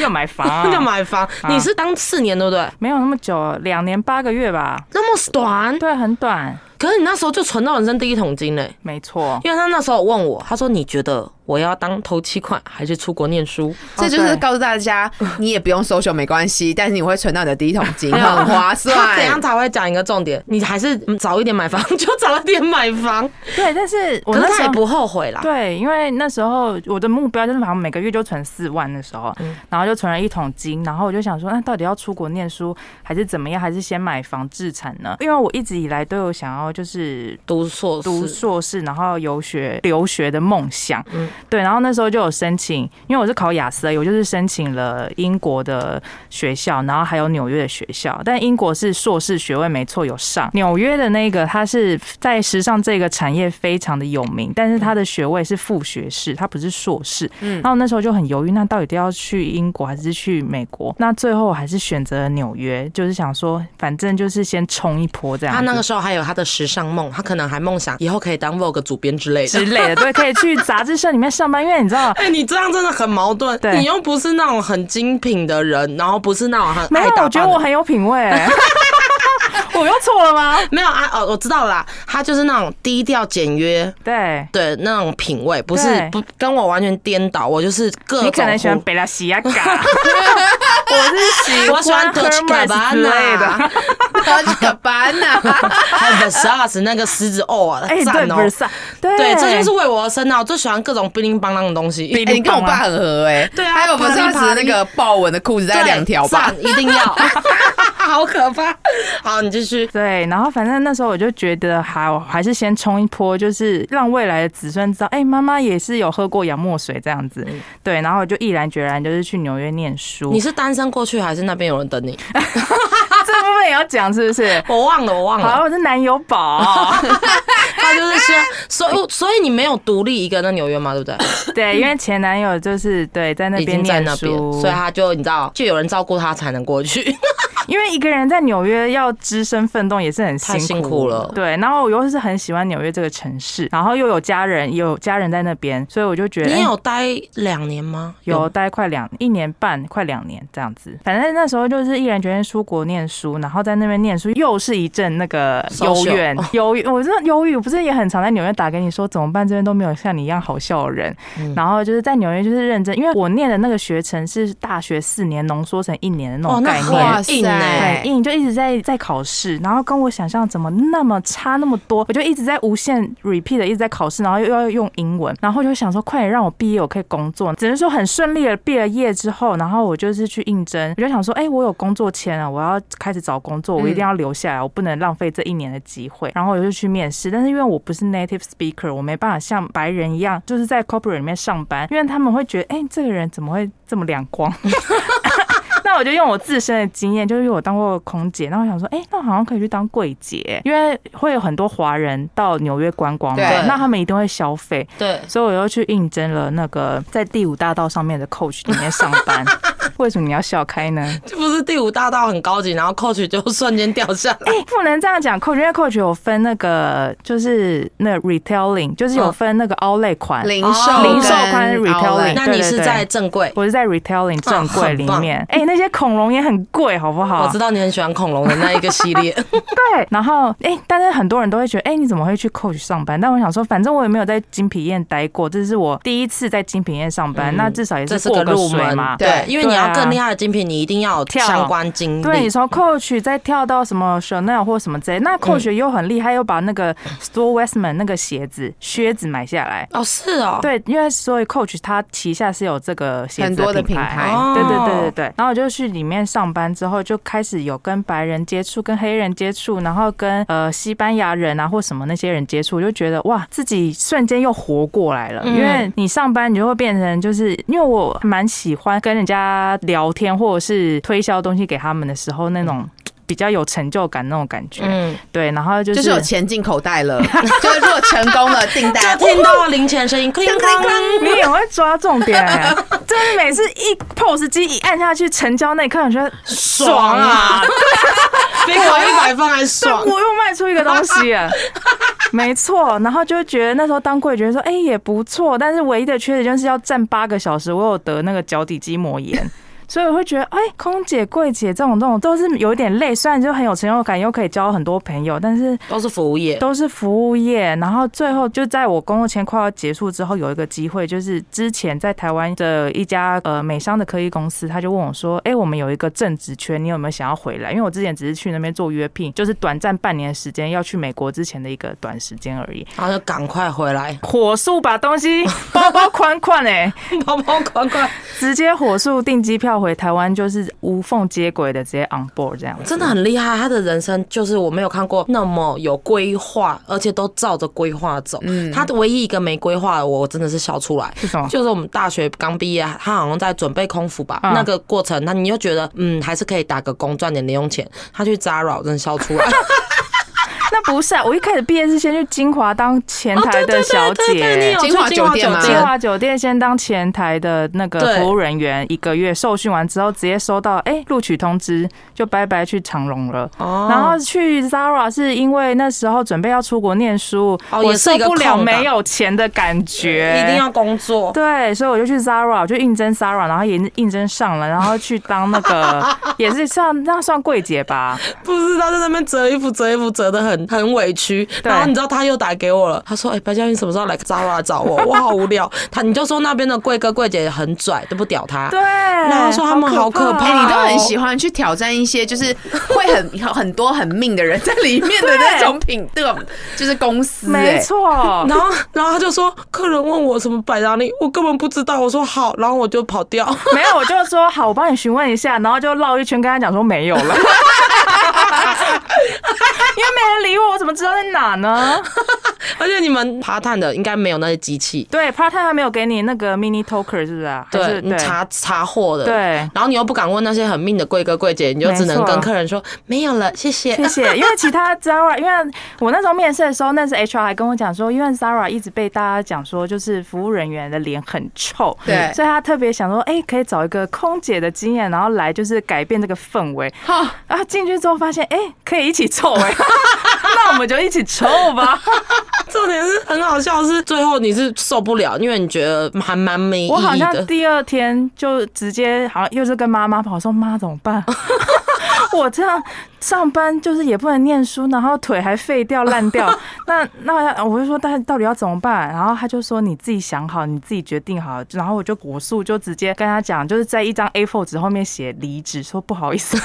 Speaker 2: 要买房、
Speaker 4: [laughs] 要买房。
Speaker 2: 啊
Speaker 4: 你是当四年对不对？
Speaker 2: [laughs] 没有那么久，两年八个月吧。
Speaker 4: 那么短，
Speaker 2: 对，很短，
Speaker 4: 可是你那时候就存到人生第一桶金嘞、
Speaker 2: 没错。
Speaker 4: 因为他那时候问我，他说你觉得我要当头期款还是出国念书？
Speaker 3: 这就是告诉大
Speaker 4: [laughs]
Speaker 3: 家，你也不用 social 没关系，但是你会存到你的第一桶
Speaker 4: [laughs]
Speaker 3: 金，很划
Speaker 4: 他怎样
Speaker 3: 算。
Speaker 4: 才会讲一个重点？你还是嗯早一点买房，就早一点买房。
Speaker 2: 对，但是我
Speaker 4: 可
Speaker 2: 那
Speaker 4: 是
Speaker 2: 时
Speaker 4: 他也
Speaker 2: 候。
Speaker 4: 不后悔啦。
Speaker 2: 对，因为那时候我的目标就是好像每个月就存四万的时候，
Speaker 4: 嗯
Speaker 2: 然后就存了一桶金，然后我就想说，那到底要出国念书还是怎么样，还是先买房置产呢？因为我一直以来都有想要就是
Speaker 4: 读硕士，
Speaker 2: 读硕士，然后游学留学的梦想。
Speaker 4: 嗯
Speaker 2: 对，然后那时候就有申请，因为我是考雅思的，我就是申请了英国的学校，然后还有纽约的学校。但英国是硕士学位没错有上，纽约的那个它是在时尚这个产业非常的有名，但是它的学位是副学士，它不是硕士。
Speaker 4: 嗯
Speaker 2: 然后那时候就很犹豫，那到底要去英国还是去美国？那最后我还是选择了纽约，就是想说，反正就是先冲一波这样子。
Speaker 4: 他那个时候还有他的时尚梦，他可能还梦想以后可以当 Vogue 主编之类
Speaker 2: 之
Speaker 4: 的。
Speaker 2: 类的，对，可以去杂志社里面上班，因为你知
Speaker 4: [laughs]
Speaker 2: 道。
Speaker 4: 哎、你这样真的很矛盾
Speaker 2: 对。
Speaker 4: 你又不是那种很精品的人，然后不是那种很
Speaker 2: 没
Speaker 4: 爱
Speaker 2: 有，
Speaker 4: 打
Speaker 2: 我觉
Speaker 4: 扮
Speaker 2: 得我
Speaker 4: 的。
Speaker 2: 很有品
Speaker 4: [laughs]
Speaker 2: 味、我又错了吗？
Speaker 4: 没有啊，哦，我知道了啦，他就是那种低调简约
Speaker 2: 对，
Speaker 4: 的那种品味，不
Speaker 2: 对
Speaker 4: 是不跟我完全颠倒，我就是各种
Speaker 2: 你可能喜欢
Speaker 4: 胡
Speaker 2: 贝拉西亚
Speaker 4: [laughs]
Speaker 2: 嘎，我是喜
Speaker 4: 我喜欢
Speaker 2: 欢 Hermes 之类的。
Speaker 4: Gabbana
Speaker 3: 高级可班
Speaker 4: 啊
Speaker 3: 呐，
Speaker 4: 还有 Versace 那个狮子哦，啊
Speaker 2: 哎，对，
Speaker 4: 赞哦
Speaker 2: 不，是，对，
Speaker 4: 对，这就是为我而生啊！我最喜欢各种冰冰邦啷的东西，
Speaker 3: [laughs] 哎你跟我爸很合哎。
Speaker 4: 对啊
Speaker 3: 还有不是当时那个豹纹的裤子，大概
Speaker 4: 对
Speaker 3: 两条吧
Speaker 4: 赞。一定
Speaker 2: [laughs]
Speaker 4: 要，好可怕。好，你继续。
Speaker 2: 对，然后反正那时候我就觉得好，我还是先冲一波，就是让未来的子孙知道，哎、妈妈也是有喝过洋墨水这样子。对，然后我就毅然决然就是去纽约念书。
Speaker 4: 嗯你是单身过去，还是那边有人等你？
Speaker 2: [laughs] 这部分也要讲是不
Speaker 4: [laughs]
Speaker 2: 是？
Speaker 4: 我忘了，我忘了。
Speaker 2: 好，我是男友
Speaker 4: [laughs]
Speaker 2: 宝。
Speaker 4: 他就是先，所以所以你没有独立一个人在纽约嘛，对不对？
Speaker 2: 对，因为前男友就是对在那
Speaker 4: 已
Speaker 2: 边
Speaker 4: 经在
Speaker 2: 念
Speaker 4: 那边，
Speaker 2: 书，
Speaker 4: 所以他就你知道，就有人照顾他才能过去。
Speaker 2: 因为一个人在纽约要只身奋斗也是很辛苦
Speaker 4: 太辛苦了
Speaker 2: 对，然后我又是很喜欢纽约这个城市，然后又有家人，也有家人在那边，所以我就觉得
Speaker 4: 你
Speaker 2: 哎
Speaker 4: 有待两年吗？
Speaker 2: 有待快两一年半，快两年这样子。反正那时候就是毅然决定出国念书，然后在那边念书又是一阵那个忧
Speaker 4: Social [laughs]
Speaker 2: 怨忧郁。我真的忧郁，我不是也很常在纽约打给你说怎么办？这边都没有像你一样好笑的人。
Speaker 4: 嗯
Speaker 2: 然后就是在纽约就是认真，因为我念的那个学程是大学四年浓缩成一年的那
Speaker 4: 哦，
Speaker 2: 种
Speaker 4: 那
Speaker 2: 概念。
Speaker 3: 哇
Speaker 4: 很硬欸呢、
Speaker 3: 对
Speaker 2: 很硬，就一直在在考试，然后跟我想象怎么那么差那么多，我就一直在无限 repeat 的一直在考试，然后又要用英文，然后就想说快点让我毕业，我可以工作。只能说很顺利的毕了业之后，然后我就是去应征，我就想说，哎、我有工作签了，我要开始找工作，我一定要留下来，我不能浪费这一年的机会。然后我就去面试，但是因为我不是 native speaker，我没办法像白人一样，就是在 corporate 里面上班，因为他们会觉得，哎、这个人怎么会这么亮光？ [laughs] 那我就用我自身的经验，就是因为我当过空姐，那我想说，哎、那我好像可以去当柜姐，因为会有很多华人到纽约观光嘛
Speaker 3: 对，
Speaker 2: 那他们一定会消费，
Speaker 4: 对，
Speaker 2: 所以我又去应征了那个在第五大道上面的 Coach 里面上班。 [laughs] 为什么你要笑开呢？
Speaker 4: 这不是第五大道很高级，然后 coach 就瞬间掉下来。
Speaker 2: 哎不能这样讲，Coach，因为 Coach 有分那个就是那 retailing，就是有分那个 outlet 款、
Speaker 3: 零
Speaker 4: 哦
Speaker 3: 售
Speaker 4: 零
Speaker 2: 售宽
Speaker 3: 跟
Speaker 2: retailing
Speaker 3: outlet
Speaker 4: 那你是
Speaker 2: [laughs] 对对对
Speaker 4: 在正柜？
Speaker 2: 我是在 retailing 正柜里面，哎、那些恐龙也很贵，好不好？
Speaker 4: 我知道你很喜欢恐龙的那一个系
Speaker 2: [laughs]
Speaker 4: 列，
Speaker 2: 对，然后哎、诶但是很多人都会觉得，哎、你怎么会去 Coach 上班？但我想说，反正我也没有在精品店待过，这是我第一次在精品店上班，
Speaker 4: 嗯
Speaker 2: 那至少也
Speaker 4: 这
Speaker 2: 是
Speaker 4: 是
Speaker 2: 过
Speaker 4: 个
Speaker 2: 个
Speaker 4: 入
Speaker 2: 水
Speaker 4: 门
Speaker 2: 嘛。
Speaker 4: 对
Speaker 3: 对，
Speaker 4: 因为你
Speaker 2: 对
Speaker 4: 要
Speaker 2: 啊
Speaker 4: 更厉害的精品，你一定要有
Speaker 2: 跳
Speaker 4: 相关经
Speaker 2: 对，你
Speaker 4: 历。
Speaker 2: 从 Coach 再跳到什么 Chanel 或什么之类，那 Coach
Speaker 4: 嗯
Speaker 2: 又很厉害，又把那个 Store Westman 那个鞋子靴子买下来。
Speaker 4: 哦，是哦，
Speaker 2: 对，因为所以 Coach 他旗下是有这个鞋子
Speaker 3: 很多的
Speaker 2: 品
Speaker 3: 品牌
Speaker 2: 对对对对
Speaker 4: 哦
Speaker 2: 对。然后我就去里面上班之后，就开始有跟白人接触、跟黑人接触，然后跟呃西班牙人啊或什么那些人接触，我就觉得哇，自己瞬间又活过来了。
Speaker 4: 嗯
Speaker 2: 因为你上班，你就会变成就是因为我蛮喜欢跟人家聊天，或者是推销东西给他们的时候那
Speaker 3: 嗯
Speaker 2: 种。比较有成就感那种感觉，
Speaker 4: 嗯，
Speaker 2: 对，然后就
Speaker 3: 就是是有钱进口袋了， [laughs] 就是如果成功了订单，
Speaker 4: [laughs] 就听到零
Speaker 2: [laughs]
Speaker 4: 钱声音，叮当
Speaker 2: 你也会抓重点、欸，真的每次一 POS 机一按下去成交那一刻，我觉得
Speaker 4: 爽
Speaker 2: [laughs]
Speaker 4: 啊！比考一百分还
Speaker 2: 对，
Speaker 4: 爽
Speaker 2: 我。又卖出一个东西了。没错，然后就觉得那时候当柜觉得说，哎、也不错，但是唯一的缺点就是要站八个小时，我有得那个脚底筋膜炎，所以我会觉得，哎、空姐、柜姐这种这种都是有一点累，虽然就很有成就感，又可以交很多朋友，但是
Speaker 4: 都是服务业，
Speaker 2: 都是服务业，然后最后就在我工作前快要结束之后，有一个机会，就是之前在台湾的一家呃美商的科技公司，他就问我说：“哎、我们有一个正职缺，你有没有想要回来？”因为我之前只是去那边做约聘，就是短暂半年的时间，要去美国之前的一个短时间
Speaker 4: [laughs]
Speaker 2: 而已。
Speaker 4: 然后就赶快回
Speaker 2: [laughs]
Speaker 4: 来，
Speaker 2: 火速把东西包包款款哎，
Speaker 4: 包包快快，
Speaker 2: 直接火速订机票回台湾，就是无缝接轨的，直接 on board 这样子。
Speaker 4: 真的很厉害。他的人生就是我没有看过那么有规划，而且都照着规划走。他的唯一一个没规划的，我真的是笑出来。
Speaker 2: 是什么？
Speaker 4: 就是我们大学刚毕业，他好像在准备空服吧，
Speaker 2: 嗯
Speaker 4: 那个过程，那你又觉得嗯，还是可以打个工赚点零用钱。他去 Zara，我真的笑出来。
Speaker 2: 那不是啊！我一开始毕业是先去金华当前台的小姐。
Speaker 4: 哦对对对，你有去
Speaker 3: 金华酒店吗
Speaker 2: 金华酒店先当前台的那个
Speaker 4: 啊对
Speaker 2: 服务人员，一个月受训完之后，直接收到哎录、取通知，就拜拜去长隆了。
Speaker 4: 哦
Speaker 2: 然后去 Zara 是因为那时候准备要出国念书，
Speaker 4: 哦
Speaker 2: 我
Speaker 4: 也是
Speaker 2: 受
Speaker 4: 一个
Speaker 2: 不了
Speaker 4: 空档
Speaker 2: 没有钱的感觉，
Speaker 4: 一定要工作。
Speaker 2: 对，所以我就去 Zara，我就应征 Zara，然后也应征上了，然后去当那
Speaker 4: [laughs]
Speaker 2: 个也是算那算柜姐吧，
Speaker 4: 不是他在那边折衣服，折衣服折的很很委屈。
Speaker 2: 对
Speaker 4: 然后你知道他又打给我了，他说：“哎、白嘉欣什么时候来 Zara 找
Speaker 2: [laughs]
Speaker 4: 我？我好无聊。”他你就说那边的贵哥贵姐很拽，都不屌他。
Speaker 2: 对，
Speaker 4: 然啊后说他们好可
Speaker 3: 哎、
Speaker 4: 怕
Speaker 3: 你都很喜欢去挑战一些就是会很 [laughs] 很多很命的人在里面的那种品，这种就是公司、哎
Speaker 2: 没错，
Speaker 4: 然后，然后他就说，客人问我什么百达利，我根本不知道。我说好，然后我就跑掉。 [laughs]
Speaker 2: [laughs] 没有，我就说好，我帮你询问一下，然后就绕一圈跟他讲说没有了， [laughs] 因为没人理我，我怎么知道在哪呢？
Speaker 4: 而且你们爬探的应该没有那些机器，
Speaker 2: 对，part time 还没有给你那个 mini talker 是不是啊？还
Speaker 4: 对
Speaker 2: 是
Speaker 4: 你
Speaker 2: 对，
Speaker 4: 查查货的，
Speaker 2: 对
Speaker 4: 然后你又不敢问那些很命的贵哥贵姐，你就只
Speaker 2: 没
Speaker 4: 能
Speaker 2: 错
Speaker 4: 跟客人说没有了，谢谢。
Speaker 2: [laughs] 谢谢。因为其他 Zara，因为我那时候面试的时候，那是 HR 还跟我讲说，因为 Zara 一直被大家讲说就是服务人员的脸很臭，
Speaker 3: 对
Speaker 2: 所以他特别想说，哎、可以找一个空姐的经验，然后来就是改变这个氛围。
Speaker 3: 哈
Speaker 2: 啊，进去之后发现，哎、可以一起臭哎、 [laughs] 那我们就一起臭吧。
Speaker 4: 重点是很好笑，是最后你是受不了，因为你觉得还蛮没意
Speaker 2: 我好
Speaker 4: 义
Speaker 2: 像
Speaker 4: 的。
Speaker 2: 第二天就直接好像又是跟妈妈跑，我说妈怎么办？ [laughs] 我这样上班就是也不能念书，然后腿还废掉烂掉， [laughs] 那那我就说，但到底要怎么办？然后他就说你自己想好，你自己决定好。然后我就果速就直接跟他讲，就是在一张 A4 纸后面写离职，说不好意思，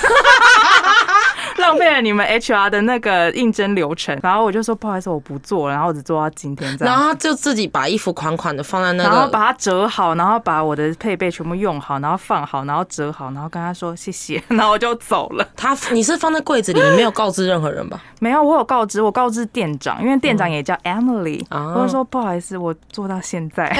Speaker 2: [laughs] 浪费了你们 HR 的那个应征流程。然后我就说不好意思，我不做了，然后我只做到今天这
Speaker 4: 然
Speaker 2: 样。
Speaker 4: 后他就自己把衣服款款的放在那
Speaker 2: 啊然后把
Speaker 4: 个，
Speaker 2: 它折好，然后把我的配备全部用好，然后放好，然后折好，然后跟他说谢谢， [laughs] 然后我就走了。
Speaker 4: 他你是放在柜子里，你没有告知任何人吧？
Speaker 2: [laughs] 没有，我有告知，我告知店长，因为店长也叫 Emily，、
Speaker 4: 嗯哦
Speaker 2: 我就说不好意思，我做到现在 [laughs]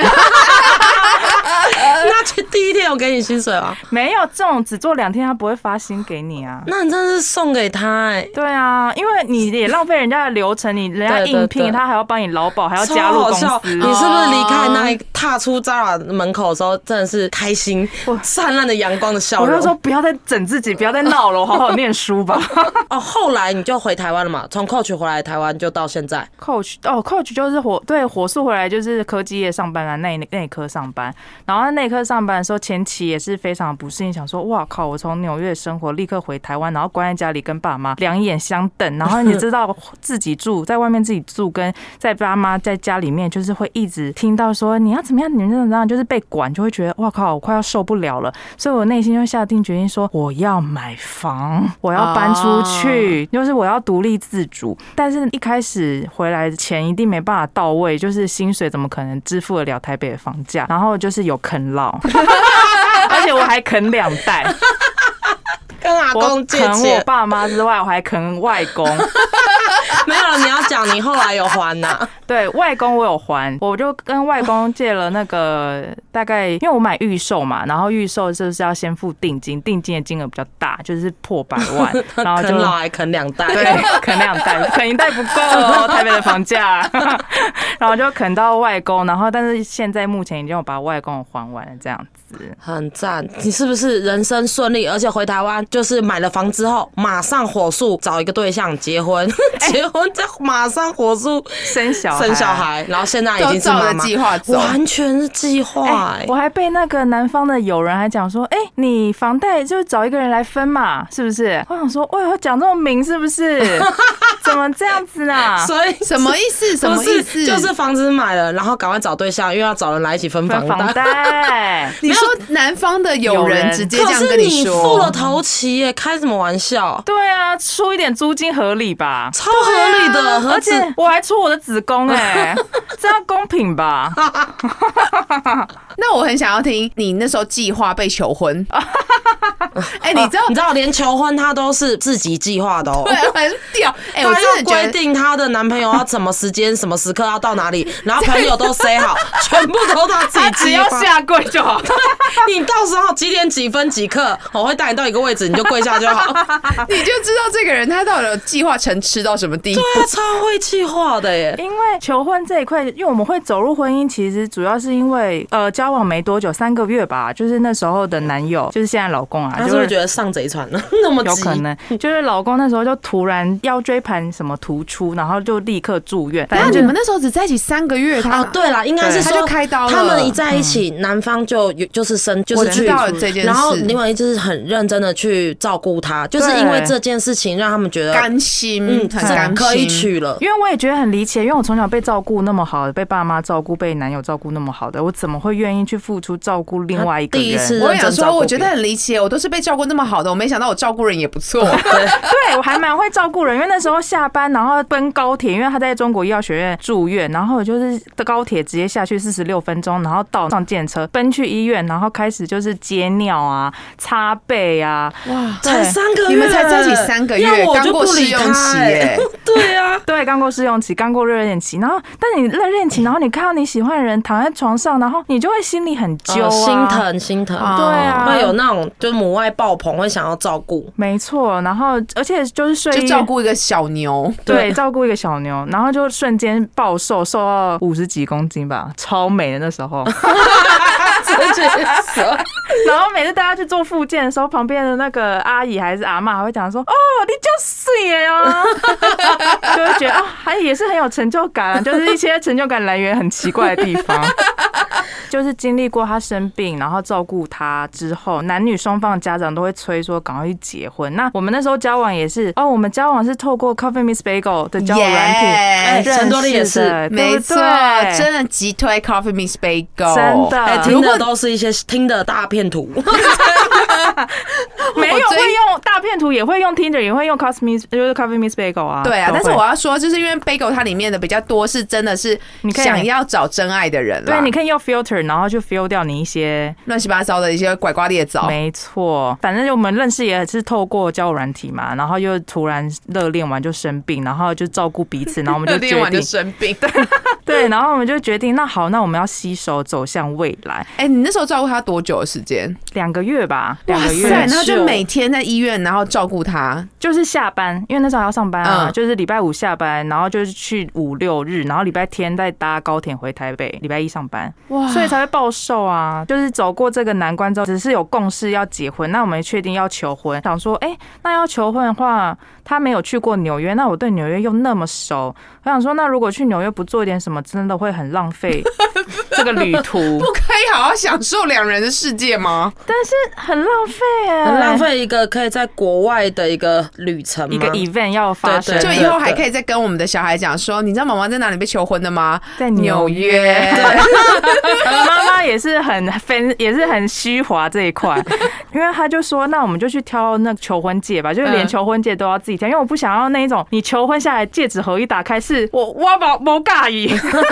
Speaker 2: 呃
Speaker 4: 那去第一天我给你薪水
Speaker 2: [laughs]
Speaker 4: 啊？
Speaker 2: 没有这种只做两天，他不会发薪给你啊。
Speaker 4: 那你真的是送给他哎、
Speaker 2: 对啊，因为你也浪费人家的流程，你人家
Speaker 4: 对对
Speaker 2: 应聘，
Speaker 4: 对
Speaker 2: 他还要帮你劳保，还要
Speaker 4: 超
Speaker 2: 加入
Speaker 4: 好
Speaker 2: 公司
Speaker 4: 笑！，你是不是离开那一踏出 Zara 门口的时候，真的是开心
Speaker 2: 我、
Speaker 4: 灿烂的阳光的笑
Speaker 2: 我
Speaker 4: 容？
Speaker 2: 就说不要再整自己，不要再闹了，我好好念书吧。
Speaker 4: 哦，后来你就回台湾了嘛？从 Coach 回来台湾就到现在，
Speaker 2: coach 哦，coach 就是火对火速回来就是科技业上班啊，内内科上班。然后内科上班的时候，前期也是非常不适应，想说哇靠，我从纽约生活立刻回台湾，然后关在家里跟爸妈两眼相瞪。然后你知道自己住在外面自己住，跟在爸妈在家里面，就是会一直听到说你要怎么样，你们怎么样，就是被管，就会觉得哇靠，我快要受不了了。所以我内心就下定决心说，我要买房，我要搬出去。就是我要独立自主，但是一开始回来钱一定没办法到位，就是薪水怎么可能支付得了台北的房价？然后就是有啃老， [laughs] 而且我还啃两
Speaker 4: [laughs]
Speaker 2: 代，
Speaker 4: 跟阿
Speaker 2: 我
Speaker 4: 公借
Speaker 2: 啃我
Speaker 4: 钱。
Speaker 2: 爸妈之外，我还啃外公。
Speaker 4: [laughs]
Speaker 2: [laughs]
Speaker 4: 没有，你要讲你后来有还呐、
Speaker 2: 对外公我有还，我就跟外公借了那个大概，因为我买预售嘛，然后预售就是要先付定金，定金的金额比较大，就是破百万，
Speaker 4: [laughs]
Speaker 2: [laughs] 然后就
Speaker 4: 啃老还啃两代。
Speaker 2: 对，啃两 [laughs] 袋，啃一袋不够哦，台北的房价。 [laughs] 然后就啃到外公，然后但是现在目前已经有把外公还完了，这样子。
Speaker 4: [laughs] 很赞，你是不是人生顺利？而且回台湾就是买了房之后，马上火速找一个对象结婚， [laughs] 结婚再马上火速
Speaker 2: 生小孩
Speaker 4: 生小孩，然后现在已经是
Speaker 3: 都照
Speaker 4: 妈
Speaker 3: 着
Speaker 4: 妈，
Speaker 3: 计划走
Speaker 4: 完全是计划、
Speaker 2: 哎，
Speaker 4: 欸
Speaker 2: 我还被那个男方的友人还讲说，哎、你房贷就找一个人来分嘛，是不是？我想说，哇，我讲这么明是不是？
Speaker 4: [laughs]
Speaker 2: 怎么这样子呢？
Speaker 4: 所以
Speaker 3: 什么意思？什
Speaker 4: 不
Speaker 3: 么意
Speaker 4: 是
Speaker 3: 思？
Speaker 4: 就是房子买了，然后赶快找对象，又要找人来一起分
Speaker 2: 分
Speaker 4: 房
Speaker 2: 房贷，
Speaker 3: 你说男方的友
Speaker 2: 友
Speaker 3: 人
Speaker 2: 人
Speaker 3: 直接这
Speaker 4: 可
Speaker 3: 样
Speaker 4: 是
Speaker 3: 跟
Speaker 4: 你付了
Speaker 3: 说，
Speaker 4: 头期耶，开什么玩笑？
Speaker 2: 对啊，出一点租金合理吧？
Speaker 4: 超 [laughs] 合理的，何
Speaker 2: 而
Speaker 4: 止
Speaker 2: 且我还出我的子宫哎、这样公平吧？
Speaker 4: [laughs] 哎
Speaker 3: 那我很想要听你那时候计划被求
Speaker 4: [laughs]
Speaker 3: 婚。哎，你知道
Speaker 4: 你知道，连求婚他都是自己计划的哦。
Speaker 3: 对，很屌。哎，我
Speaker 4: 他
Speaker 3: 真
Speaker 4: 又
Speaker 3: 的觉
Speaker 4: 规
Speaker 3: 得。
Speaker 4: 定她的男朋友要什么时间、什么时刻要到
Speaker 3: [laughs]
Speaker 4: 哪里，然后朋友都 say 好，全部都他自己
Speaker 2: 他
Speaker 4: 计划
Speaker 2: 只要下跪就好。
Speaker 4: 你到时候几点几分几刻，我会带你到一个位置，你就跪下就
Speaker 3: [laughs]
Speaker 4: 好。
Speaker 3: 你就知道这个人他到底有计划成吃到什么地步。
Speaker 4: 他超会计划的耶，
Speaker 2: [laughs] 因为求婚这一块，因为我们会走入婚姻，其实主要是因为呃交往没多久，三个月吧，就是那时候的男友，就是现在老公啊，
Speaker 4: 他
Speaker 2: 就是
Speaker 4: 不是觉得上贼船 [laughs] 了？那么
Speaker 2: 有
Speaker 4: 急
Speaker 3: 啊
Speaker 2: 可能就是老公那时候就突然腰椎盘什么突出，然后就立刻住院。
Speaker 3: 那
Speaker 2: 反
Speaker 3: 你
Speaker 2: 正
Speaker 3: 们
Speaker 2: 就
Speaker 3: 那时候只在一起三个月，他
Speaker 4: 哦，对了，应该是
Speaker 2: 对
Speaker 4: 说
Speaker 3: 他就开刀了嗯
Speaker 4: 他们一在一起，男方就有就是生就
Speaker 3: 我
Speaker 4: 是
Speaker 3: 知
Speaker 4: 去，
Speaker 3: 道了这件事，
Speaker 4: 然后另外一就是很认真的去照顾他，就是因为这件事情让他们觉得
Speaker 3: 甘心，
Speaker 4: 嗯
Speaker 3: 很甘
Speaker 4: 可以
Speaker 3: 心。
Speaker 4: 娶了。
Speaker 2: 因为我也觉得很离奇，因为我从小被照顾那么好，被爸妈照顾，被男友照顾那么好的，我怎么会愿意去付出照顾另外一个人？
Speaker 4: 第一次
Speaker 3: 我
Speaker 4: 认
Speaker 3: 想
Speaker 4: 真照
Speaker 3: 说，
Speaker 4: 顾
Speaker 3: 我觉
Speaker 4: 别
Speaker 3: 得
Speaker 4: 人
Speaker 3: 很离奇，我都是被照顾那么好的，我没想到我照顾人也
Speaker 2: [laughs]
Speaker 3: 不错。
Speaker 2: 对我还蛮会照顾人，因为那时候下班然后奔高铁，因为他在中国医药学院住院，然后我就是高铁直接下去四十六分钟，然后到上电车奔去医院，然后开始就是接尿啊、擦背啊，
Speaker 3: 哇，
Speaker 4: 才三个月，
Speaker 3: 你们才在一起三个月
Speaker 4: 要我
Speaker 3: 刚
Speaker 4: 就
Speaker 3: 过
Speaker 4: 不
Speaker 3: 试
Speaker 4: 理
Speaker 3: 用
Speaker 4: 他
Speaker 3: 期
Speaker 4: 欸
Speaker 3: 耶
Speaker 4: [laughs] 对啊，
Speaker 2: 对，刚过试用期，刚过热恋期，然后但你热恋期，然后你看到你喜欢的人躺在床上，然后你就会心里很揪、啊
Speaker 4: 哦心。疼心疼，
Speaker 3: 哦
Speaker 2: 对啊，
Speaker 4: 会有那种就是母爱爆棚，会想要照
Speaker 3: [laughs]
Speaker 4: 顾。
Speaker 2: 没错，然后而且就是睡
Speaker 3: 就
Speaker 2: 衣
Speaker 3: 照顾一个小牛。
Speaker 2: 对，
Speaker 4: 对
Speaker 2: 照顾一个小牛，然后就瞬间暴瘦，瘦到五十几公斤吧，超美的那时候。
Speaker 3: 哎
Speaker 4: 哎
Speaker 2: [laughs] 然后每次带他去做复健的时候，旁边的那个阿姨还是阿嬷还会讲说：“哦，你就水啊！” [laughs] 就会觉 [laughs] 得啊，还也是很有成就感啊，就是一些成就感来源很奇怪的地方。就是经历过他生病，然后照顾他之后，男女双方的家长都会催说赶快去结婚。那我们那时候交往也是，哦，我们交往是透过 Coffee Miss Bagel 的 [laughs] 交友软体，
Speaker 3: Yeah，
Speaker 2: 哎
Speaker 4: 陈多利也
Speaker 2: 认识的
Speaker 4: 是
Speaker 2: 对不
Speaker 3: 没错
Speaker 2: 对，
Speaker 3: 真的急推 Coffee Miss Bagel，
Speaker 2: 真的
Speaker 4: 哎，
Speaker 2: 如
Speaker 4: 听
Speaker 2: 果
Speaker 4: 的都是一些听的大
Speaker 3: [laughs]
Speaker 4: 片图，
Speaker 2: [laughs] 没有
Speaker 3: 我最
Speaker 2: 会用大片图，也会用 Tinder，也会用 Coffee Miss，就是 Coffee Miss Bagel 啊。
Speaker 3: 对啊，
Speaker 2: 都
Speaker 3: 但
Speaker 2: 会
Speaker 3: 是我要说，就是因为 Bagel 它里面的比较多是真的是
Speaker 2: 你可以
Speaker 3: 想要找真爱的人啦，
Speaker 2: 对，你可以用 filter，然后去 filter 掉你一些。
Speaker 3: 乱七八糟的一些拐瓜裂枣。
Speaker 2: 没错，反正我们认识也是透过交友软体嘛，然后又突然热恋完就生病，然后就照顾彼此，然后我们
Speaker 3: [laughs]
Speaker 2: 就决定
Speaker 3: 生病。对，
Speaker 2: 对，然后我们就决定，那好，那我们要携手走向未来，
Speaker 3: [laughs] 哎，你那时候照顾他多久的时间？
Speaker 2: 两个月吧，两个
Speaker 3: 哇塞
Speaker 2: 月
Speaker 3: 然后就每天在医院，然后照顾他。
Speaker 2: 就是下班，因为那时候还要上班啊，
Speaker 3: 嗯
Speaker 2: 就是礼拜五下班，然后就是去五六日，然后礼拜天再搭高铁回台北，礼拜一上班，
Speaker 3: 哇
Speaker 2: 所以才会暴瘦啊。就是走过这个难关之后，只是有共识要结婚，那我们确定要求婚，想说，哎、那要求婚的话，他没有去过纽约，那我对纽约又那么熟，我想说，那如果去纽约不做点什么，真的会很浪费这个旅途
Speaker 3: 不，可以好好享受两人的世界吗？
Speaker 2: 但是很浪费哎、
Speaker 4: 很浪费一啊个可以在国外的一个旅程吗，
Speaker 2: 一个 event 要发生
Speaker 4: 嗯
Speaker 2: 啊
Speaker 4: 对，
Speaker 3: 就
Speaker 4: 对
Speaker 3: 以后还可以再跟我们的小孩讲说，你知道妈妈在哪里被求婚的吗？
Speaker 2: 在纽
Speaker 3: 约。
Speaker 4: [laughs]
Speaker 2: [laughs] 妈妈也是很分，也是很虚华这一块，因为她就说，那我们就去挑那求婚戒吧，就是连
Speaker 3: 嗯
Speaker 2: 求婚戒都要自己挑，因为我不想要那一种你求婚下来戒指盒一打开是我挖毛毛尬意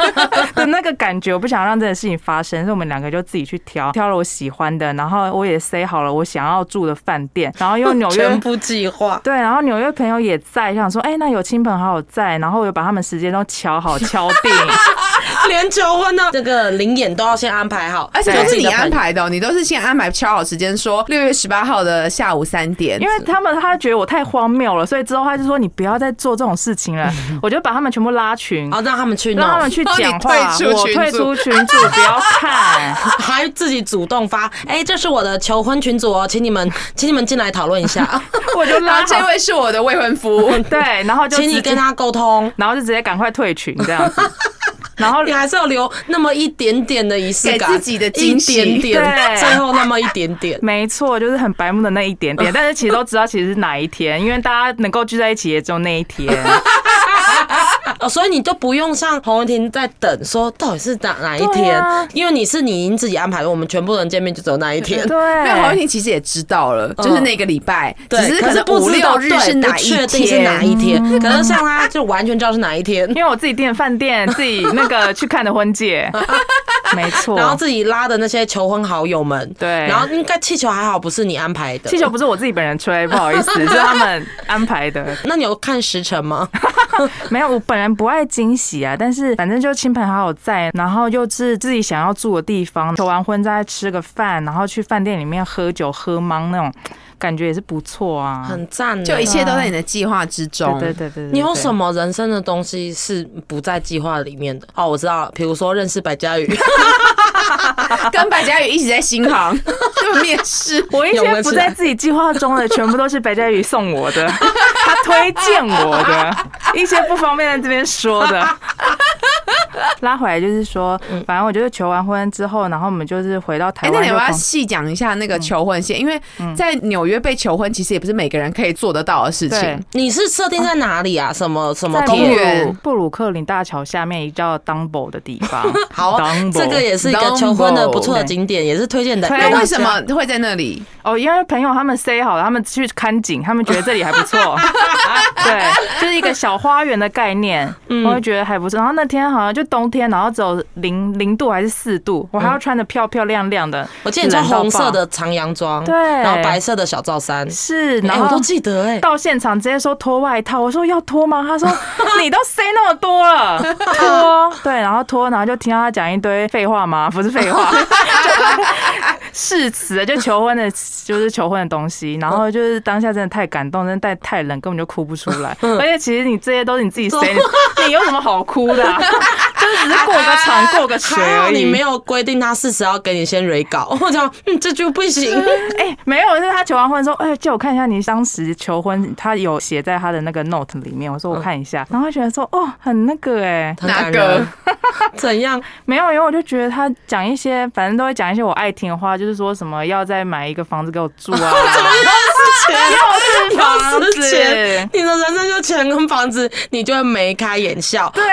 Speaker 2: [laughs] 的那个感觉，我不想让这件事情发生，所以我们两个就自己去挑，挑了我喜欢的，然后我也塞好了我想要住的饭店，然后因为纽约
Speaker 4: 全部计划。
Speaker 2: [laughs] 对，然后纽约朋友也在，想说，哎、那有亲朋好友在，然后我有把他们时间都敲好敲定。
Speaker 4: [laughs] 连求婚啊的这个零演都要先安排好，
Speaker 3: 而且
Speaker 4: 对
Speaker 3: 都是你
Speaker 4: 自己的
Speaker 3: 安
Speaker 4: 朋友。
Speaker 3: 排的哦、你都是先安排敲好时间，说六月十八号的下午三点。
Speaker 2: 因为他们他觉得我太荒谬了，所以之后他就说你不要再做这种事情
Speaker 4: [laughs]
Speaker 2: 了，我就把他们全部拉群，
Speaker 4: 哦，让他们去弄，
Speaker 2: 让他们去讲话，
Speaker 3: 然后你退出
Speaker 2: 我
Speaker 3: 群
Speaker 2: 退
Speaker 3: 组
Speaker 2: 出群组，不要看。 [laughs]
Speaker 4: 还自己主动发，哎、这是我的求婚群组哦，请你们，请你们进来讨论一 [laughs] 下，
Speaker 2: 我就
Speaker 3: 然
Speaker 2: 拉
Speaker 3: 后这位是我的未婚
Speaker 4: [laughs]
Speaker 3: 夫，
Speaker 2: 对，然后就
Speaker 4: 请
Speaker 2: 直
Speaker 4: 你
Speaker 2: 接
Speaker 4: 跟，他沟通。
Speaker 2: 然后就直接赶快退群这
Speaker 4: [laughs]
Speaker 2: 样子，然后
Speaker 4: 你还是要留那么一点点的仪式感，
Speaker 3: 给自己的惊喜
Speaker 4: 一点点，
Speaker 2: 对
Speaker 4: 最后那么一点点。
Speaker 2: 没错，就是很白目的那一点点，但是其实都知道其实是哪一天，因为大家能够聚在一起也只有那一天。
Speaker 4: 哦，所以你就不用像洪文婷在等，说到底是哪哪一
Speaker 2: 对
Speaker 4: 天，
Speaker 2: 啊
Speaker 4: 因为你是你已经自己安排了，我们全部人见面就只有那一天。
Speaker 3: 因为黄
Speaker 2: 对
Speaker 3: 婷其实也知道了，就是那个礼拜，只
Speaker 4: 嗯对，
Speaker 3: 是
Speaker 4: 可
Speaker 3: 能
Speaker 4: 不
Speaker 3: 五
Speaker 4: 知道
Speaker 3: 六日
Speaker 4: 对
Speaker 3: 是
Speaker 4: 不
Speaker 3: 哪一
Speaker 4: 确
Speaker 3: 天，
Speaker 4: 定
Speaker 3: 嗯
Speaker 4: 是哪一天。啊可是像他就完全知道是哪一天，
Speaker 2: 因为我自己订的饭店，自己那个去看的婚
Speaker 4: [laughs]
Speaker 2: 戒，没错。
Speaker 4: 然后自己拉的那些求婚好友们，
Speaker 2: 对
Speaker 4: 然后应该气球还好不是你安排的，
Speaker 2: 气球。不是我自己本人吹，不好意
Speaker 4: [laughs]
Speaker 2: 思，是他们安排的。
Speaker 4: 那你有看时辰吗？
Speaker 2: 没有，我本人不爱惊喜啊，但是反正就亲朋好友在，然后又是自己想要住的地方，求完婚再吃个饭，然后去饭店里面喝酒喝茫那种，感觉也是不错啊。
Speaker 4: 很赞呢，
Speaker 3: 就一切都在你的计划之中。
Speaker 2: 对对对对对，
Speaker 4: 你有什
Speaker 2: 么？
Speaker 4: 么人生的东西是不在计划里面的？哦，我知道了，比如说认识白嘉宇，
Speaker 3: 跟白嘉宇一起在新
Speaker 4: [laughs]
Speaker 3: 航就面试，
Speaker 2: 我一
Speaker 4: 有没
Speaker 2: 些
Speaker 4: 有
Speaker 2: 不
Speaker 4: 吃
Speaker 2: 在
Speaker 4: 啊
Speaker 2: 自己计划中的，全部都是白嘉宇送我的，他推荐我的，一些不方便在这边说的。拉回来就是说，
Speaker 4: 嗯
Speaker 2: 反正我就是求完婚之后，然后我们就是回到
Speaker 3: 哎、
Speaker 2: 台
Speaker 3: 那
Speaker 2: 湾
Speaker 3: 你
Speaker 2: 就
Speaker 3: 要不要
Speaker 2: 狂
Speaker 3: 细讲一下那
Speaker 4: 嗯
Speaker 3: 个求婚线？因为在纽约被求婚，其实也不是每个人可以做得到的事
Speaker 2: 对
Speaker 3: 情。
Speaker 4: [laughs] 你是设定在哪里啊？什么什么
Speaker 2: 在
Speaker 4: 公
Speaker 2: 布
Speaker 3: 公
Speaker 4: 园？
Speaker 2: 鲁
Speaker 3: 园
Speaker 2: 布鲁克林大桥下面一叫 Dumbo 的地方。
Speaker 4: [laughs] 好，啊
Speaker 2: Dumbo
Speaker 4: 这个也是一个求婚的不错的景点，也是推荐的。
Speaker 2: 对
Speaker 4: 那
Speaker 3: 那
Speaker 4: 为
Speaker 3: 为
Speaker 4: 什
Speaker 3: 什么会在那里？
Speaker 2: 哦，因为朋友他们 say 好了，他们去看景，他们觉得这里还不
Speaker 4: [laughs]
Speaker 2: 错。对，就是一个小花园的概念，
Speaker 4: 嗯
Speaker 2: 我会觉得还不错。然后那天好像就冬天，然后只有零零度还是四度，我还要穿的漂漂亮亮的。
Speaker 4: 嗯我记得你穿红色
Speaker 2: 冷到爆
Speaker 4: 的长洋装，
Speaker 2: 对
Speaker 4: 然后白色的小罩衫，
Speaker 2: 是，然
Speaker 4: 哎，
Speaker 2: 后
Speaker 4: 我都记得哎。
Speaker 2: 到现场直接说脱外套，我说要脱吗？
Speaker 4: [laughs]
Speaker 2: 他说你都塞那么多了，脱对，然后脱，然后就听到他讲一堆废话
Speaker 4: [laughs]
Speaker 2: 吗？不是废话， [laughs] 就誓词，就求婚的，就是求婚的东西。然后就是当下真的太感动，真的太太冷，根本就哭不出来。
Speaker 4: 嗯
Speaker 2: 而且其实你这些都是你 [laughs] 自己
Speaker 4: [laughs]
Speaker 2: 塞，你你有什么好哭的啊、就是只是过个场，过个水
Speaker 4: [laughs] 还好
Speaker 2: 而已。
Speaker 4: 你没有规定他四十要给你先 re 稿， [laughs] 我讲嗯这句不 [laughs] 行，
Speaker 2: 哎、没有，就是他求完婚说，哎、借我看一下你当时求婚，他有
Speaker 4: 嗯
Speaker 2: 写在他的那个 note 里面。我说我看一下，然后他觉得说，哦，很那个哎、
Speaker 4: 很感
Speaker 3: 哪
Speaker 4: 人
Speaker 3: 个。
Speaker 4: 怎 [laughs] 样？
Speaker 2: 没有，因为我就觉得他讲一些，反正都会讲一些我爱听的话，就是说什么要再买一个房子给我
Speaker 4: [laughs]
Speaker 2: 住啊，要是房
Speaker 4: 又是
Speaker 2: 子，，
Speaker 4: 钱你的人生就钱跟房子，你就会眉开眼笑。
Speaker 2: 对，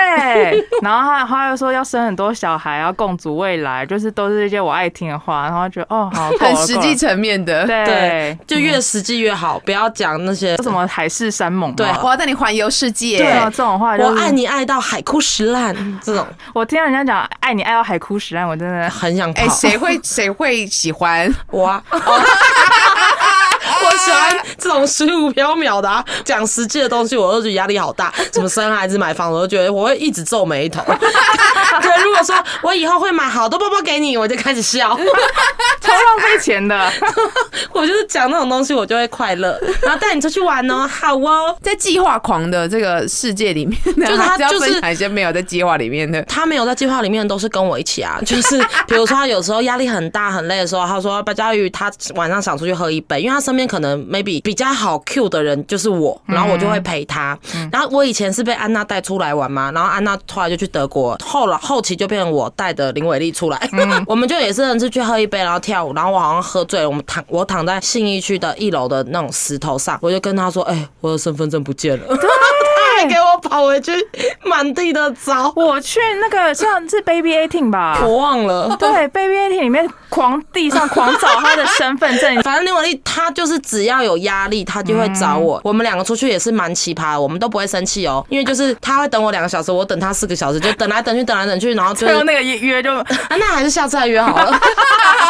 Speaker 2: 然后他他又说要生很多小孩，要共组未来，就是都是一些我爱听的话，然后觉得哦
Speaker 4: [laughs]
Speaker 2: 好，够了
Speaker 3: 很实际，层面的。
Speaker 2: 够了
Speaker 4: 对
Speaker 2: 对，，
Speaker 4: 就越实际越好，不要讲那些
Speaker 2: 有什么海誓山盟嘛，啊
Speaker 4: 对
Speaker 3: 我要带你环游世界。
Speaker 2: 对啊，这种话就
Speaker 4: 我
Speaker 2: 是
Speaker 4: 爱。你爱到海枯石烂这种，
Speaker 2: 我听到人家讲爱你爱到海枯石烂，我真的 [laughs]
Speaker 4: 很想跑。
Speaker 3: 哎，谁会谁会喜欢？
Speaker 4: 我啊，哦我喜欢这种虚无缥缈的、啊，讲实际的东西，我都觉得压力好大。什么生孩子、买房，我都觉得我会一直皱眉头。 [laughs] 对，如果说我以后会买好多包包给你，我就开始笑。 [laughs]
Speaker 2: 超浪费钱的。 [laughs]
Speaker 4: 我就是讲那种东西，我就会快乐，然后带你出去玩哦，好哦。
Speaker 3: [laughs] 在计划狂的这个世界里面，就是
Speaker 4: 他
Speaker 3: 还是要
Speaker 4: 就是
Speaker 3: 分享一些没有在计划里面的。
Speaker 4: 他没有在计划里面，都是跟我一起啊。 [laughs] 就是比如说，他有时候压力很大、很累的时候，他说：“白佳宇，他晚上想出去喝一杯，因为他身边可能 maybe 比较好 Q 的人就是我，然后我就会陪他。然后我以前是被安娜带出来玩嘛，然后安娜后来就去德国，后来后期就变成我带的林伟丽出来， [laughs] 我们就也是人是去喝一杯，然后跳舞，然后我好像喝醉了，我们躺我躺在信义区的一楼的那种石头上，我就跟他说：“哎、我的身份证不见了。” [laughs] 他还给我跑回去，满地的找。
Speaker 2: 我去那个像是 Baby Eighteen 吧，
Speaker 4: 我忘 [laughs] 了。，
Speaker 2: 对 Baby Eighteen 里面狂地上狂找他的身份证 [laughs]
Speaker 4: 反正林伟丽她就是只要有压力，她就会找我。
Speaker 2: 嗯
Speaker 4: 我们两个出去也是蛮奇葩的，我们都不会生气哦，因为就是她会等我两个小时，我等她四个小时，就等来等去，等来等去，
Speaker 2: [laughs]
Speaker 4: 然后就
Speaker 2: 最
Speaker 4: 是
Speaker 2: 后那个约约就
Speaker 4: 啊，那还是下次再约好了。
Speaker 2: [laughs]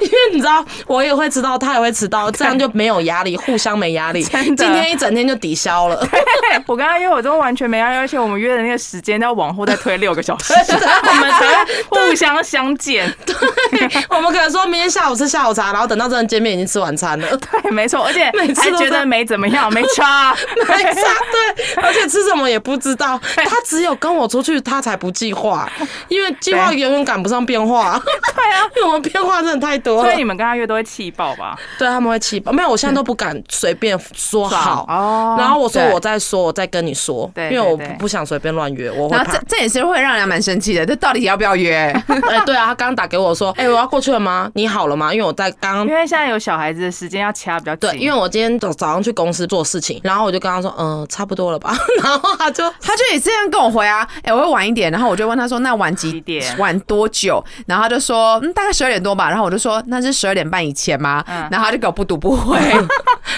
Speaker 4: 因为你知道，我也会迟到，他也会迟到，这样就没有压力，互相没压力。
Speaker 2: [laughs] 真
Speaker 4: 今
Speaker 2: 的
Speaker 4: 天一整天就抵消了。
Speaker 2: 对我跟他约，我都完全没压力，而且我们约的那个时间要往后再推六个小时，我们才会互相相见。
Speaker 4: [laughs] 我们可能说明天下午吃下午茶，然后等到真的见面已经吃晚餐了。
Speaker 2: 对，没错，而且
Speaker 4: 每次
Speaker 2: 还
Speaker 4: 都
Speaker 2: 觉
Speaker 4: 在
Speaker 2: 得没怎么样，没
Speaker 4: [laughs]
Speaker 2: 差。
Speaker 4: 没差，对，而且吃什么也不知道。他只有跟我出去，他才不计划，因为计划
Speaker 2: 对
Speaker 4: 永远赶不上变化。对啊， [laughs] 因为我们变化真的太多
Speaker 2: 所
Speaker 4: 了
Speaker 2: 以。你们跟他约都会气爆吧？
Speaker 4: 对他们会气吧？没有，我现在都不敢随便说好。
Speaker 2: 哦
Speaker 4: 然后我说
Speaker 3: 对
Speaker 4: 我再说，我再跟你说，
Speaker 2: 对
Speaker 4: 因为我
Speaker 2: 对对
Speaker 4: 不想随便乱约，我会
Speaker 3: 然后
Speaker 4: 怕
Speaker 3: 这。这也是会让人家蛮生气的，这到底要不要 [laughs] 约？
Speaker 4: [laughs] 哎，对啊，他刚刚打给我说，哎，我要过去了吗？你好了吗？因为我在刚刚
Speaker 2: 因为现在有小孩子的时间要掐比较紧，
Speaker 4: 对，因为我今天早早上去公司做事情，然后我就跟他说，嗯，差不多了吧。 [laughs] 然后他就
Speaker 3: 他就也这样跟我回啊，哎、我会晚一点，然后我就问他说，那晚几
Speaker 2: 几点
Speaker 3: 晚多久？然后他就说，嗯，大概十二点多吧。然后我就说，那是十二点半以前吗？
Speaker 2: 嗯
Speaker 3: 然后他就给我不读不回，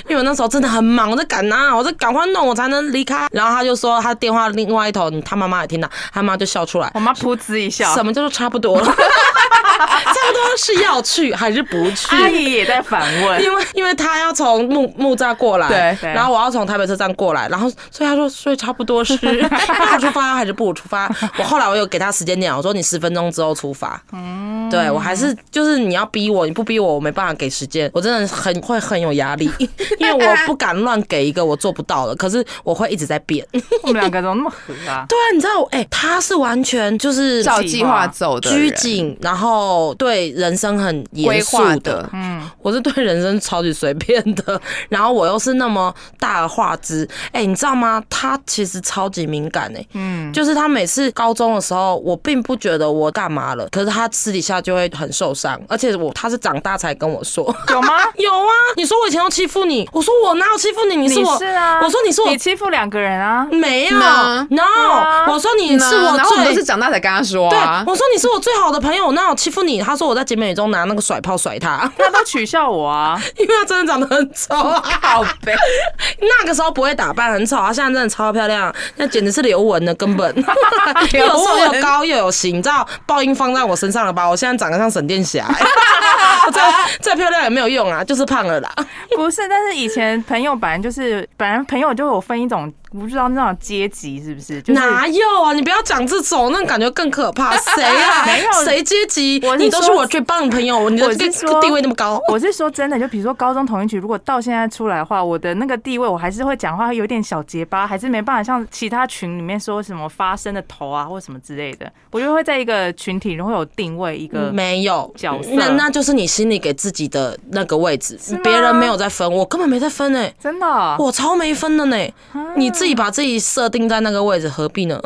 Speaker 4: 因为我那时候真的很忙，我在赶啊，我在赶快弄，我才能离开。然后他就说他电话另外一头，他妈妈也听到，他妈就笑出来
Speaker 2: 我，妈噗嗤一哦笑，
Speaker 4: 什么叫做差不多了？差 [laughs] 不多是要去还是不
Speaker 2: 阿
Speaker 4: 去？
Speaker 2: 姨也在反 [laughs] 问，
Speaker 4: 因为因为他要从木木栅过来，
Speaker 3: 对
Speaker 2: 对
Speaker 4: 然后我要从台北车站过来，然后所以他说，所以差不 [laughs] 多是要出发还是不出发？我后来我有给他时间点，我说你十分钟之后出发。嗯，对我还是就是你要逼我，你不逼我，我没办法给时间，我真的很会很有压力， [laughs] 因为我不敢乱给一个我做不到的，可是我会一直在变。对
Speaker 2: 我们两个怎么那么合啊？
Speaker 4: 啊，你知道我，哎、他是完全就是
Speaker 3: 照 [laughs] 计划走的
Speaker 4: 拘
Speaker 3: 人，
Speaker 4: 谨，然后对人生很
Speaker 3: 规
Speaker 4: 严肃
Speaker 3: 划
Speaker 4: 的
Speaker 3: 的，
Speaker 4: 嗯我是对人生超级随便的，然后我又是那么大而化之，哎、你知道吗？他其实超级敏感哎、嗯，就是他每次高中的时候，我并不觉得我干嘛了，可是他私底下就会很受伤，而且我他是长大才跟我说。
Speaker 2: [laughs]
Speaker 4: [laughs]
Speaker 2: 有吗？
Speaker 4: 有啊，你说我以前要欺负你，我说我哪有欺负你？你是
Speaker 2: 你
Speaker 4: 我，
Speaker 2: 是啊，
Speaker 4: 我说你是我
Speaker 2: 你欺负两个人 [laughs] 啊，
Speaker 4: 没有
Speaker 3: No
Speaker 4: ，no，
Speaker 2: 啊
Speaker 4: 我说你是我
Speaker 3: 然后我
Speaker 4: 最
Speaker 3: 都是长大才跟他说
Speaker 4: 对，
Speaker 3: 啊。
Speaker 4: 我说你是我最好的朋友，我哪有欺负你？他说我在节目里中拿那个甩炮甩他， [laughs]
Speaker 2: 他都取笑我 [laughs] 啊，
Speaker 4: 因为他真的长得很丑啊。
Speaker 3: 好呗，
Speaker 4: 那个时候不会打扮，很丑，啊她现在真的超漂亮，那简直是刘雯的根
Speaker 2: [laughs]
Speaker 4: 本，又有瘦又高又有型，你知道报应放在我身上了吧？我现在长得像沈殿
Speaker 2: [laughs]
Speaker 4: 霞、欸我再再漂亮也没有用啊，就是胖了啦。
Speaker 2: 不是，但是以前朋友本来就是，本来朋友就有分一种，我不知道那种阶级是不是？ [laughs] 就是
Speaker 4: 哪有啊？你不要讲这种，那感觉更可怕。谁啊？
Speaker 2: [laughs] 没有
Speaker 4: 谁阶级
Speaker 2: 我？是
Speaker 4: 你都是
Speaker 2: 说
Speaker 4: 我最棒的朋友，你的
Speaker 2: 我
Speaker 4: 这
Speaker 2: 是
Speaker 4: 个
Speaker 2: 说
Speaker 4: 地位那么高。
Speaker 2: 我是说真的，就比如说高中同一局，如果到现在出来的话，我的那个地位，我还是会讲话有点小结巴，还是没办法像其他群里面说什么发声的头啊，或什么之类的。我就会在一个群体中会有定位一个，
Speaker 4: 嗯没有
Speaker 2: 角色
Speaker 4: 那那就是你心里给自己的那个位置
Speaker 2: 吗，
Speaker 4: 别人没有在分，我根本没在分哎、
Speaker 2: 真的哦、
Speaker 4: 我
Speaker 3: 啊
Speaker 4: 超没分的呢，你自己把自己设定在那个位置，何必呢？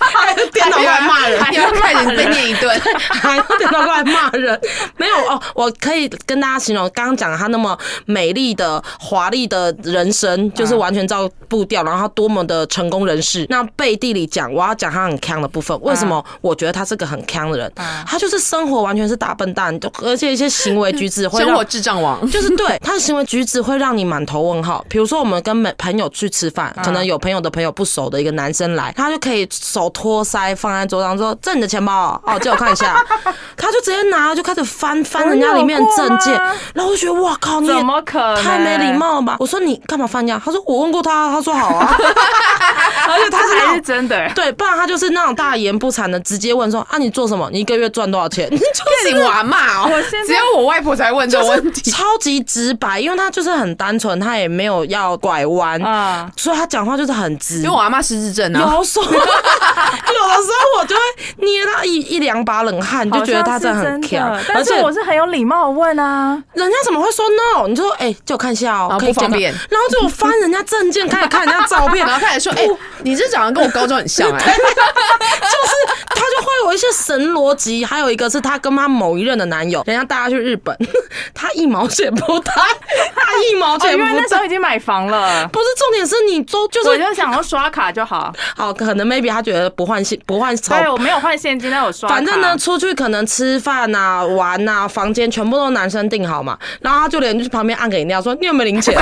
Speaker 4: 还要刁
Speaker 3: 电脑过来骂人，
Speaker 4: 还
Speaker 3: 要
Speaker 4: 要
Speaker 3: 快点被念一顿。
Speaker 4: [laughs] 还要电脑过来骂人？没有哦，我可以跟大家形容，刚刚讲她那么美丽的、华丽的人生，
Speaker 3: 啊
Speaker 4: 就是完全照步调，然后她多么的成功人士。那背地里讲，我要讲她很强的部分。为什
Speaker 3: 啊
Speaker 4: 么？我觉得她是个很强的人，她就是生活完全是大笨蛋，就而且一些行为举止
Speaker 3: [laughs]
Speaker 4: 会
Speaker 3: 生
Speaker 4: 让
Speaker 3: 活智障王，
Speaker 4: 就是对他的行为举止会让你满头问号。比如说，我们跟美朋友去吃
Speaker 2: 啊
Speaker 4: 饭，可能有朋友的朋友不熟的一个男生来，他就可以手托腮放在桌上说：“这你的钱包哦，哦借我看一下。” [laughs] 他就直接拿就开始翻翻人家里面的证件
Speaker 2: [laughs] 我有过吗，
Speaker 4: 然后我就觉得哇靠，你也
Speaker 2: 怎么可能？啊
Speaker 4: 太没礼，貌了吧！我说你干嘛翻呀？他说我问过他，他说好啊。而且 [laughs] 他是
Speaker 2: 这
Speaker 4: 那
Speaker 2: 才
Speaker 4: 种
Speaker 2: 是真的。
Speaker 4: [laughs] 对，不然他就是那种大言不惭的直接问说：“啊，你做什么？你一个月赚多少钱？” [laughs] 你就是
Speaker 3: [laughs] 不行，我阿骂哦
Speaker 2: 我现，在
Speaker 3: 只有我外婆才问这个问题。
Speaker 4: 超级直白，因为他就是很单纯，他也没有要拐弯，
Speaker 2: 啊，
Speaker 4: 所以他讲话就是很直。
Speaker 3: 因为我阿妈失智症 [laughs] 啊，
Speaker 4: 有时候，有的 [laughs] 时候我就会捏他一一两把冷汗，就觉得他
Speaker 2: 好像是真
Speaker 4: 的很强，
Speaker 2: 的
Speaker 4: 而
Speaker 2: 但
Speaker 4: 且
Speaker 2: 是我是很有礼貌地问啊，
Speaker 4: [laughs] 人家怎么会说 no？你就说哎、借我看一下哦、
Speaker 3: 啊
Speaker 4: 可以
Speaker 3: 不方
Speaker 4: 借我看
Speaker 3: 便
Speaker 4: 然后就翻人家证件，开始看人家照
Speaker 2: [laughs]
Speaker 4: 片，
Speaker 3: 然后
Speaker 4: [laughs]
Speaker 3: 开始说，哎，
Speaker 4: 哦
Speaker 3: 你这长得跟我高中很像哎。
Speaker 4: 就是他就会有一些神逻辑，还有一个是他跟他某一任的男友，人家带他去日本， [laughs] 他一毛钱不带，他一毛
Speaker 2: 哦，
Speaker 4: 钱
Speaker 2: 因为
Speaker 4: 不
Speaker 2: 那时
Speaker 4: 带。
Speaker 2: 候已经买房了。
Speaker 4: 不是重点是你周 [laughs] 就是
Speaker 2: 我就想要刷卡就
Speaker 4: [laughs]
Speaker 2: 好，
Speaker 4: 好，可能 maybe 他觉得不换现不换钞
Speaker 2: 对，我没有换现金，但我刷卡。
Speaker 4: 反正呢，出去可能吃饭呐、玩呐、房间全部都男生订好嘛，然后他就连去旁边按个饮料说你有没有零钱？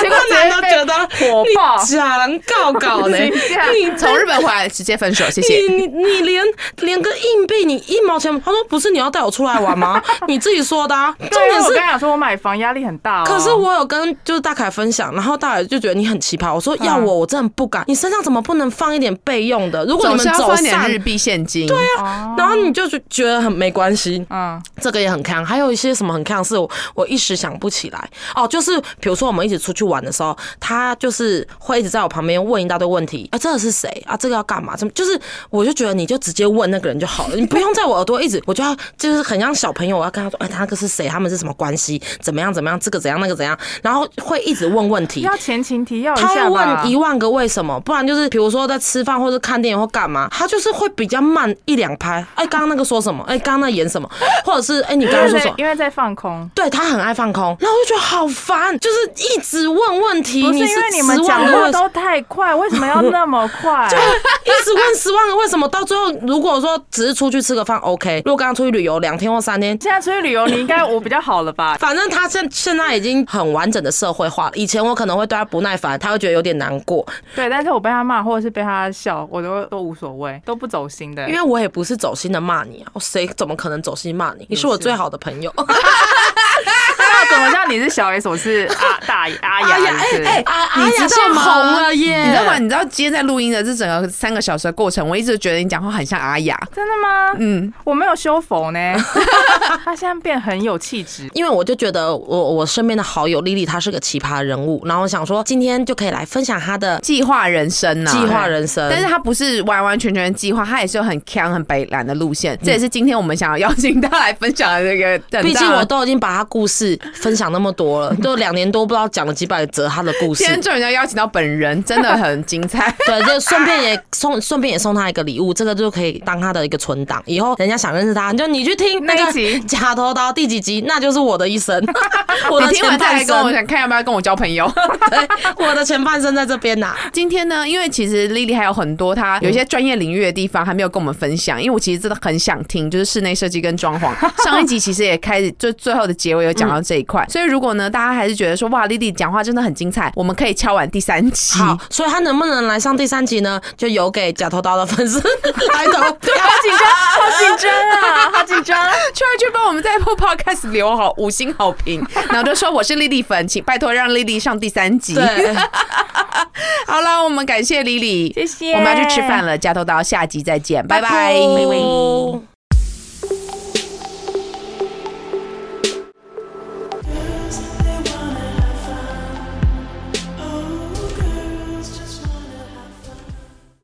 Speaker 2: 结
Speaker 4: [laughs]
Speaker 2: 果直
Speaker 4: 男
Speaker 2: 接
Speaker 4: 的
Speaker 2: 被
Speaker 4: 觉得
Speaker 2: 火爆
Speaker 4: 你假人告告呢，
Speaker 2: 真的假的
Speaker 4: 你
Speaker 3: 从日本回来直接分手，谢谢。
Speaker 4: 你你你连连个硬币你一毛钱，他说不是你要带我出来玩吗？你自己说的、啊，重
Speaker 2: 对，因
Speaker 4: 点
Speaker 2: 为我
Speaker 4: 是
Speaker 2: 跟你讲说，我买房压力很大、哦。
Speaker 4: 可是我有跟就是大凯分享，然后大凯就觉得你很奇葩。我说要我我真的不敢，你身上怎么不能放一点备用的？如果
Speaker 3: 总
Speaker 4: 你们
Speaker 3: 是要
Speaker 4: 走
Speaker 3: 放点
Speaker 4: 散
Speaker 3: 日，币现金，对啊，
Speaker 4: 然后你就觉觉得很没关系。
Speaker 2: 嗯，
Speaker 4: 这个也很看，还有一些什么很看是我我一时想不起来哦，就是比如说我们一起出去玩的时候，他就是会一直在我旁边问一大堆问题，啊，这个是谁啊？这个要干嘛？怎么？就是我就觉得你就直接问那个人就好了，你不用在我耳朵一直，我就要就是很像小朋友，我要跟他说，哎，他那个是谁？他们是什么关系？怎么样？怎么样？这个怎样？那个怎样？然后会一直问问题。
Speaker 2: 要前情提要一
Speaker 4: 他
Speaker 2: 下
Speaker 4: 会
Speaker 2: 吧。
Speaker 4: 问一万个为什么，不然就是比如说在吃饭或者看电影或干嘛，他就是会比较慢一两拍。哎，刚刚那个说什么？哎，刚刚那演什 [laughs] 么？或者是哎，你刚刚
Speaker 2: 因
Speaker 4: 说
Speaker 2: 为
Speaker 4: 什
Speaker 2: 在
Speaker 4: 么？
Speaker 2: 因为在放空。
Speaker 4: 对他很爱放空，然后我就觉得好烦，就是一直问问题，
Speaker 2: 不是因
Speaker 4: 是
Speaker 2: 为你们
Speaker 4: 10
Speaker 2: 讲
Speaker 4: 万个
Speaker 2: 话
Speaker 4: 为什
Speaker 2: 都太快，为什么要那么
Speaker 4: [laughs]
Speaker 2: 快？
Speaker 4: 一直问十万个为什么，到最后如果说只是出去吃个饭 OK，如果刚刚出去旅游两天或三天。
Speaker 2: 现在出去旅游，你应该我比较好了吧？
Speaker 4: 反正他现现在已经很完整的社会化了。以前我可能会对他不耐烦，他会觉得有点难过，
Speaker 2: 对，但是我被他骂或者是被他笑，我都都无所谓，都不走心的。
Speaker 4: 因为我也不是走心的骂你啊，我谁怎么可能走心骂你？你是我最好
Speaker 3: [laughs]
Speaker 4: 的朋友。
Speaker 2: 那怎么叫你是小 S，我是阿大阿
Speaker 4: 哎
Speaker 2: 雅？是不是
Speaker 4: 阿
Speaker 3: 啊你
Speaker 4: 阿
Speaker 3: 知
Speaker 4: 雅
Speaker 3: 道
Speaker 4: 现在
Speaker 3: 吗
Speaker 4: 红了耶！
Speaker 3: 你知道吗？？你知道今天在录音的这整个三个小时的过程，我一直觉得你讲话很像阿雅，
Speaker 2: 真的吗？
Speaker 3: 嗯，
Speaker 2: 我没有修佛呢。 [laughs] 他现在变很有气质，
Speaker 4: 因为我就觉得我我身边的好友莉莉她是个奇葩人物，然后我想说今天就可以来分享她的
Speaker 3: 计划人生啊呐、
Speaker 4: 计划人生，
Speaker 3: 但是他不是完完全全的计划，他也是有很强、很北蓝的路线。这也是今天我们想要邀请他来分享的这
Speaker 4: [laughs]
Speaker 3: 个很大的。
Speaker 4: 嗯毕竟我都已经把她故事分享那么多了，都两年多不知道讲了几百则她的故事
Speaker 3: 今。天终于要邀请到本人，真的很精彩。
Speaker 4: 对，就顺便也送，顺便也送她一个礼物，这个就可以当她的一个存档。以后人家想认识她，就你去听那
Speaker 2: 那
Speaker 4: 个
Speaker 2: 一集
Speaker 4: 假头刀第几集，那就是我的一生， [laughs] [laughs] 我的
Speaker 3: 你听
Speaker 4: 前
Speaker 3: 完再
Speaker 4: 半
Speaker 3: 来跟我
Speaker 4: 生，
Speaker 3: 想看要不要跟我交朋友。 [laughs]
Speaker 4: 对，我的前半生在这边呐、
Speaker 3: 今天呢，因为其实丽丽还有很多她有一些专业领域的地方还没有跟我们分享，因为我其实真的很想听，就是室内设计跟
Speaker 4: [laughs]
Speaker 3: 装潢。上一集其实也开始，就最后的结尾有讲到这一块，所以如果呢大家还是觉得说哇，丽丽讲话真的很精彩，我们可以敲完第三期。
Speaker 4: 好，所以他能不能来上第三集呢？就有给假头刀的粉丝 [laughs] 来投票。
Speaker 2: 好紧张啊，好紧张。
Speaker 3: 居然就帮我们在 Apple Podcast 留好五星好评，然后就说我是丽丽粉，请拜托让丽丽上第三集。
Speaker 4: 对，
Speaker 3: 好了，我们感谢丽丽，
Speaker 2: 谢谢
Speaker 3: 我们要去吃饭了，加头刀，下集再见，拜拜。
Speaker 2: 拜拜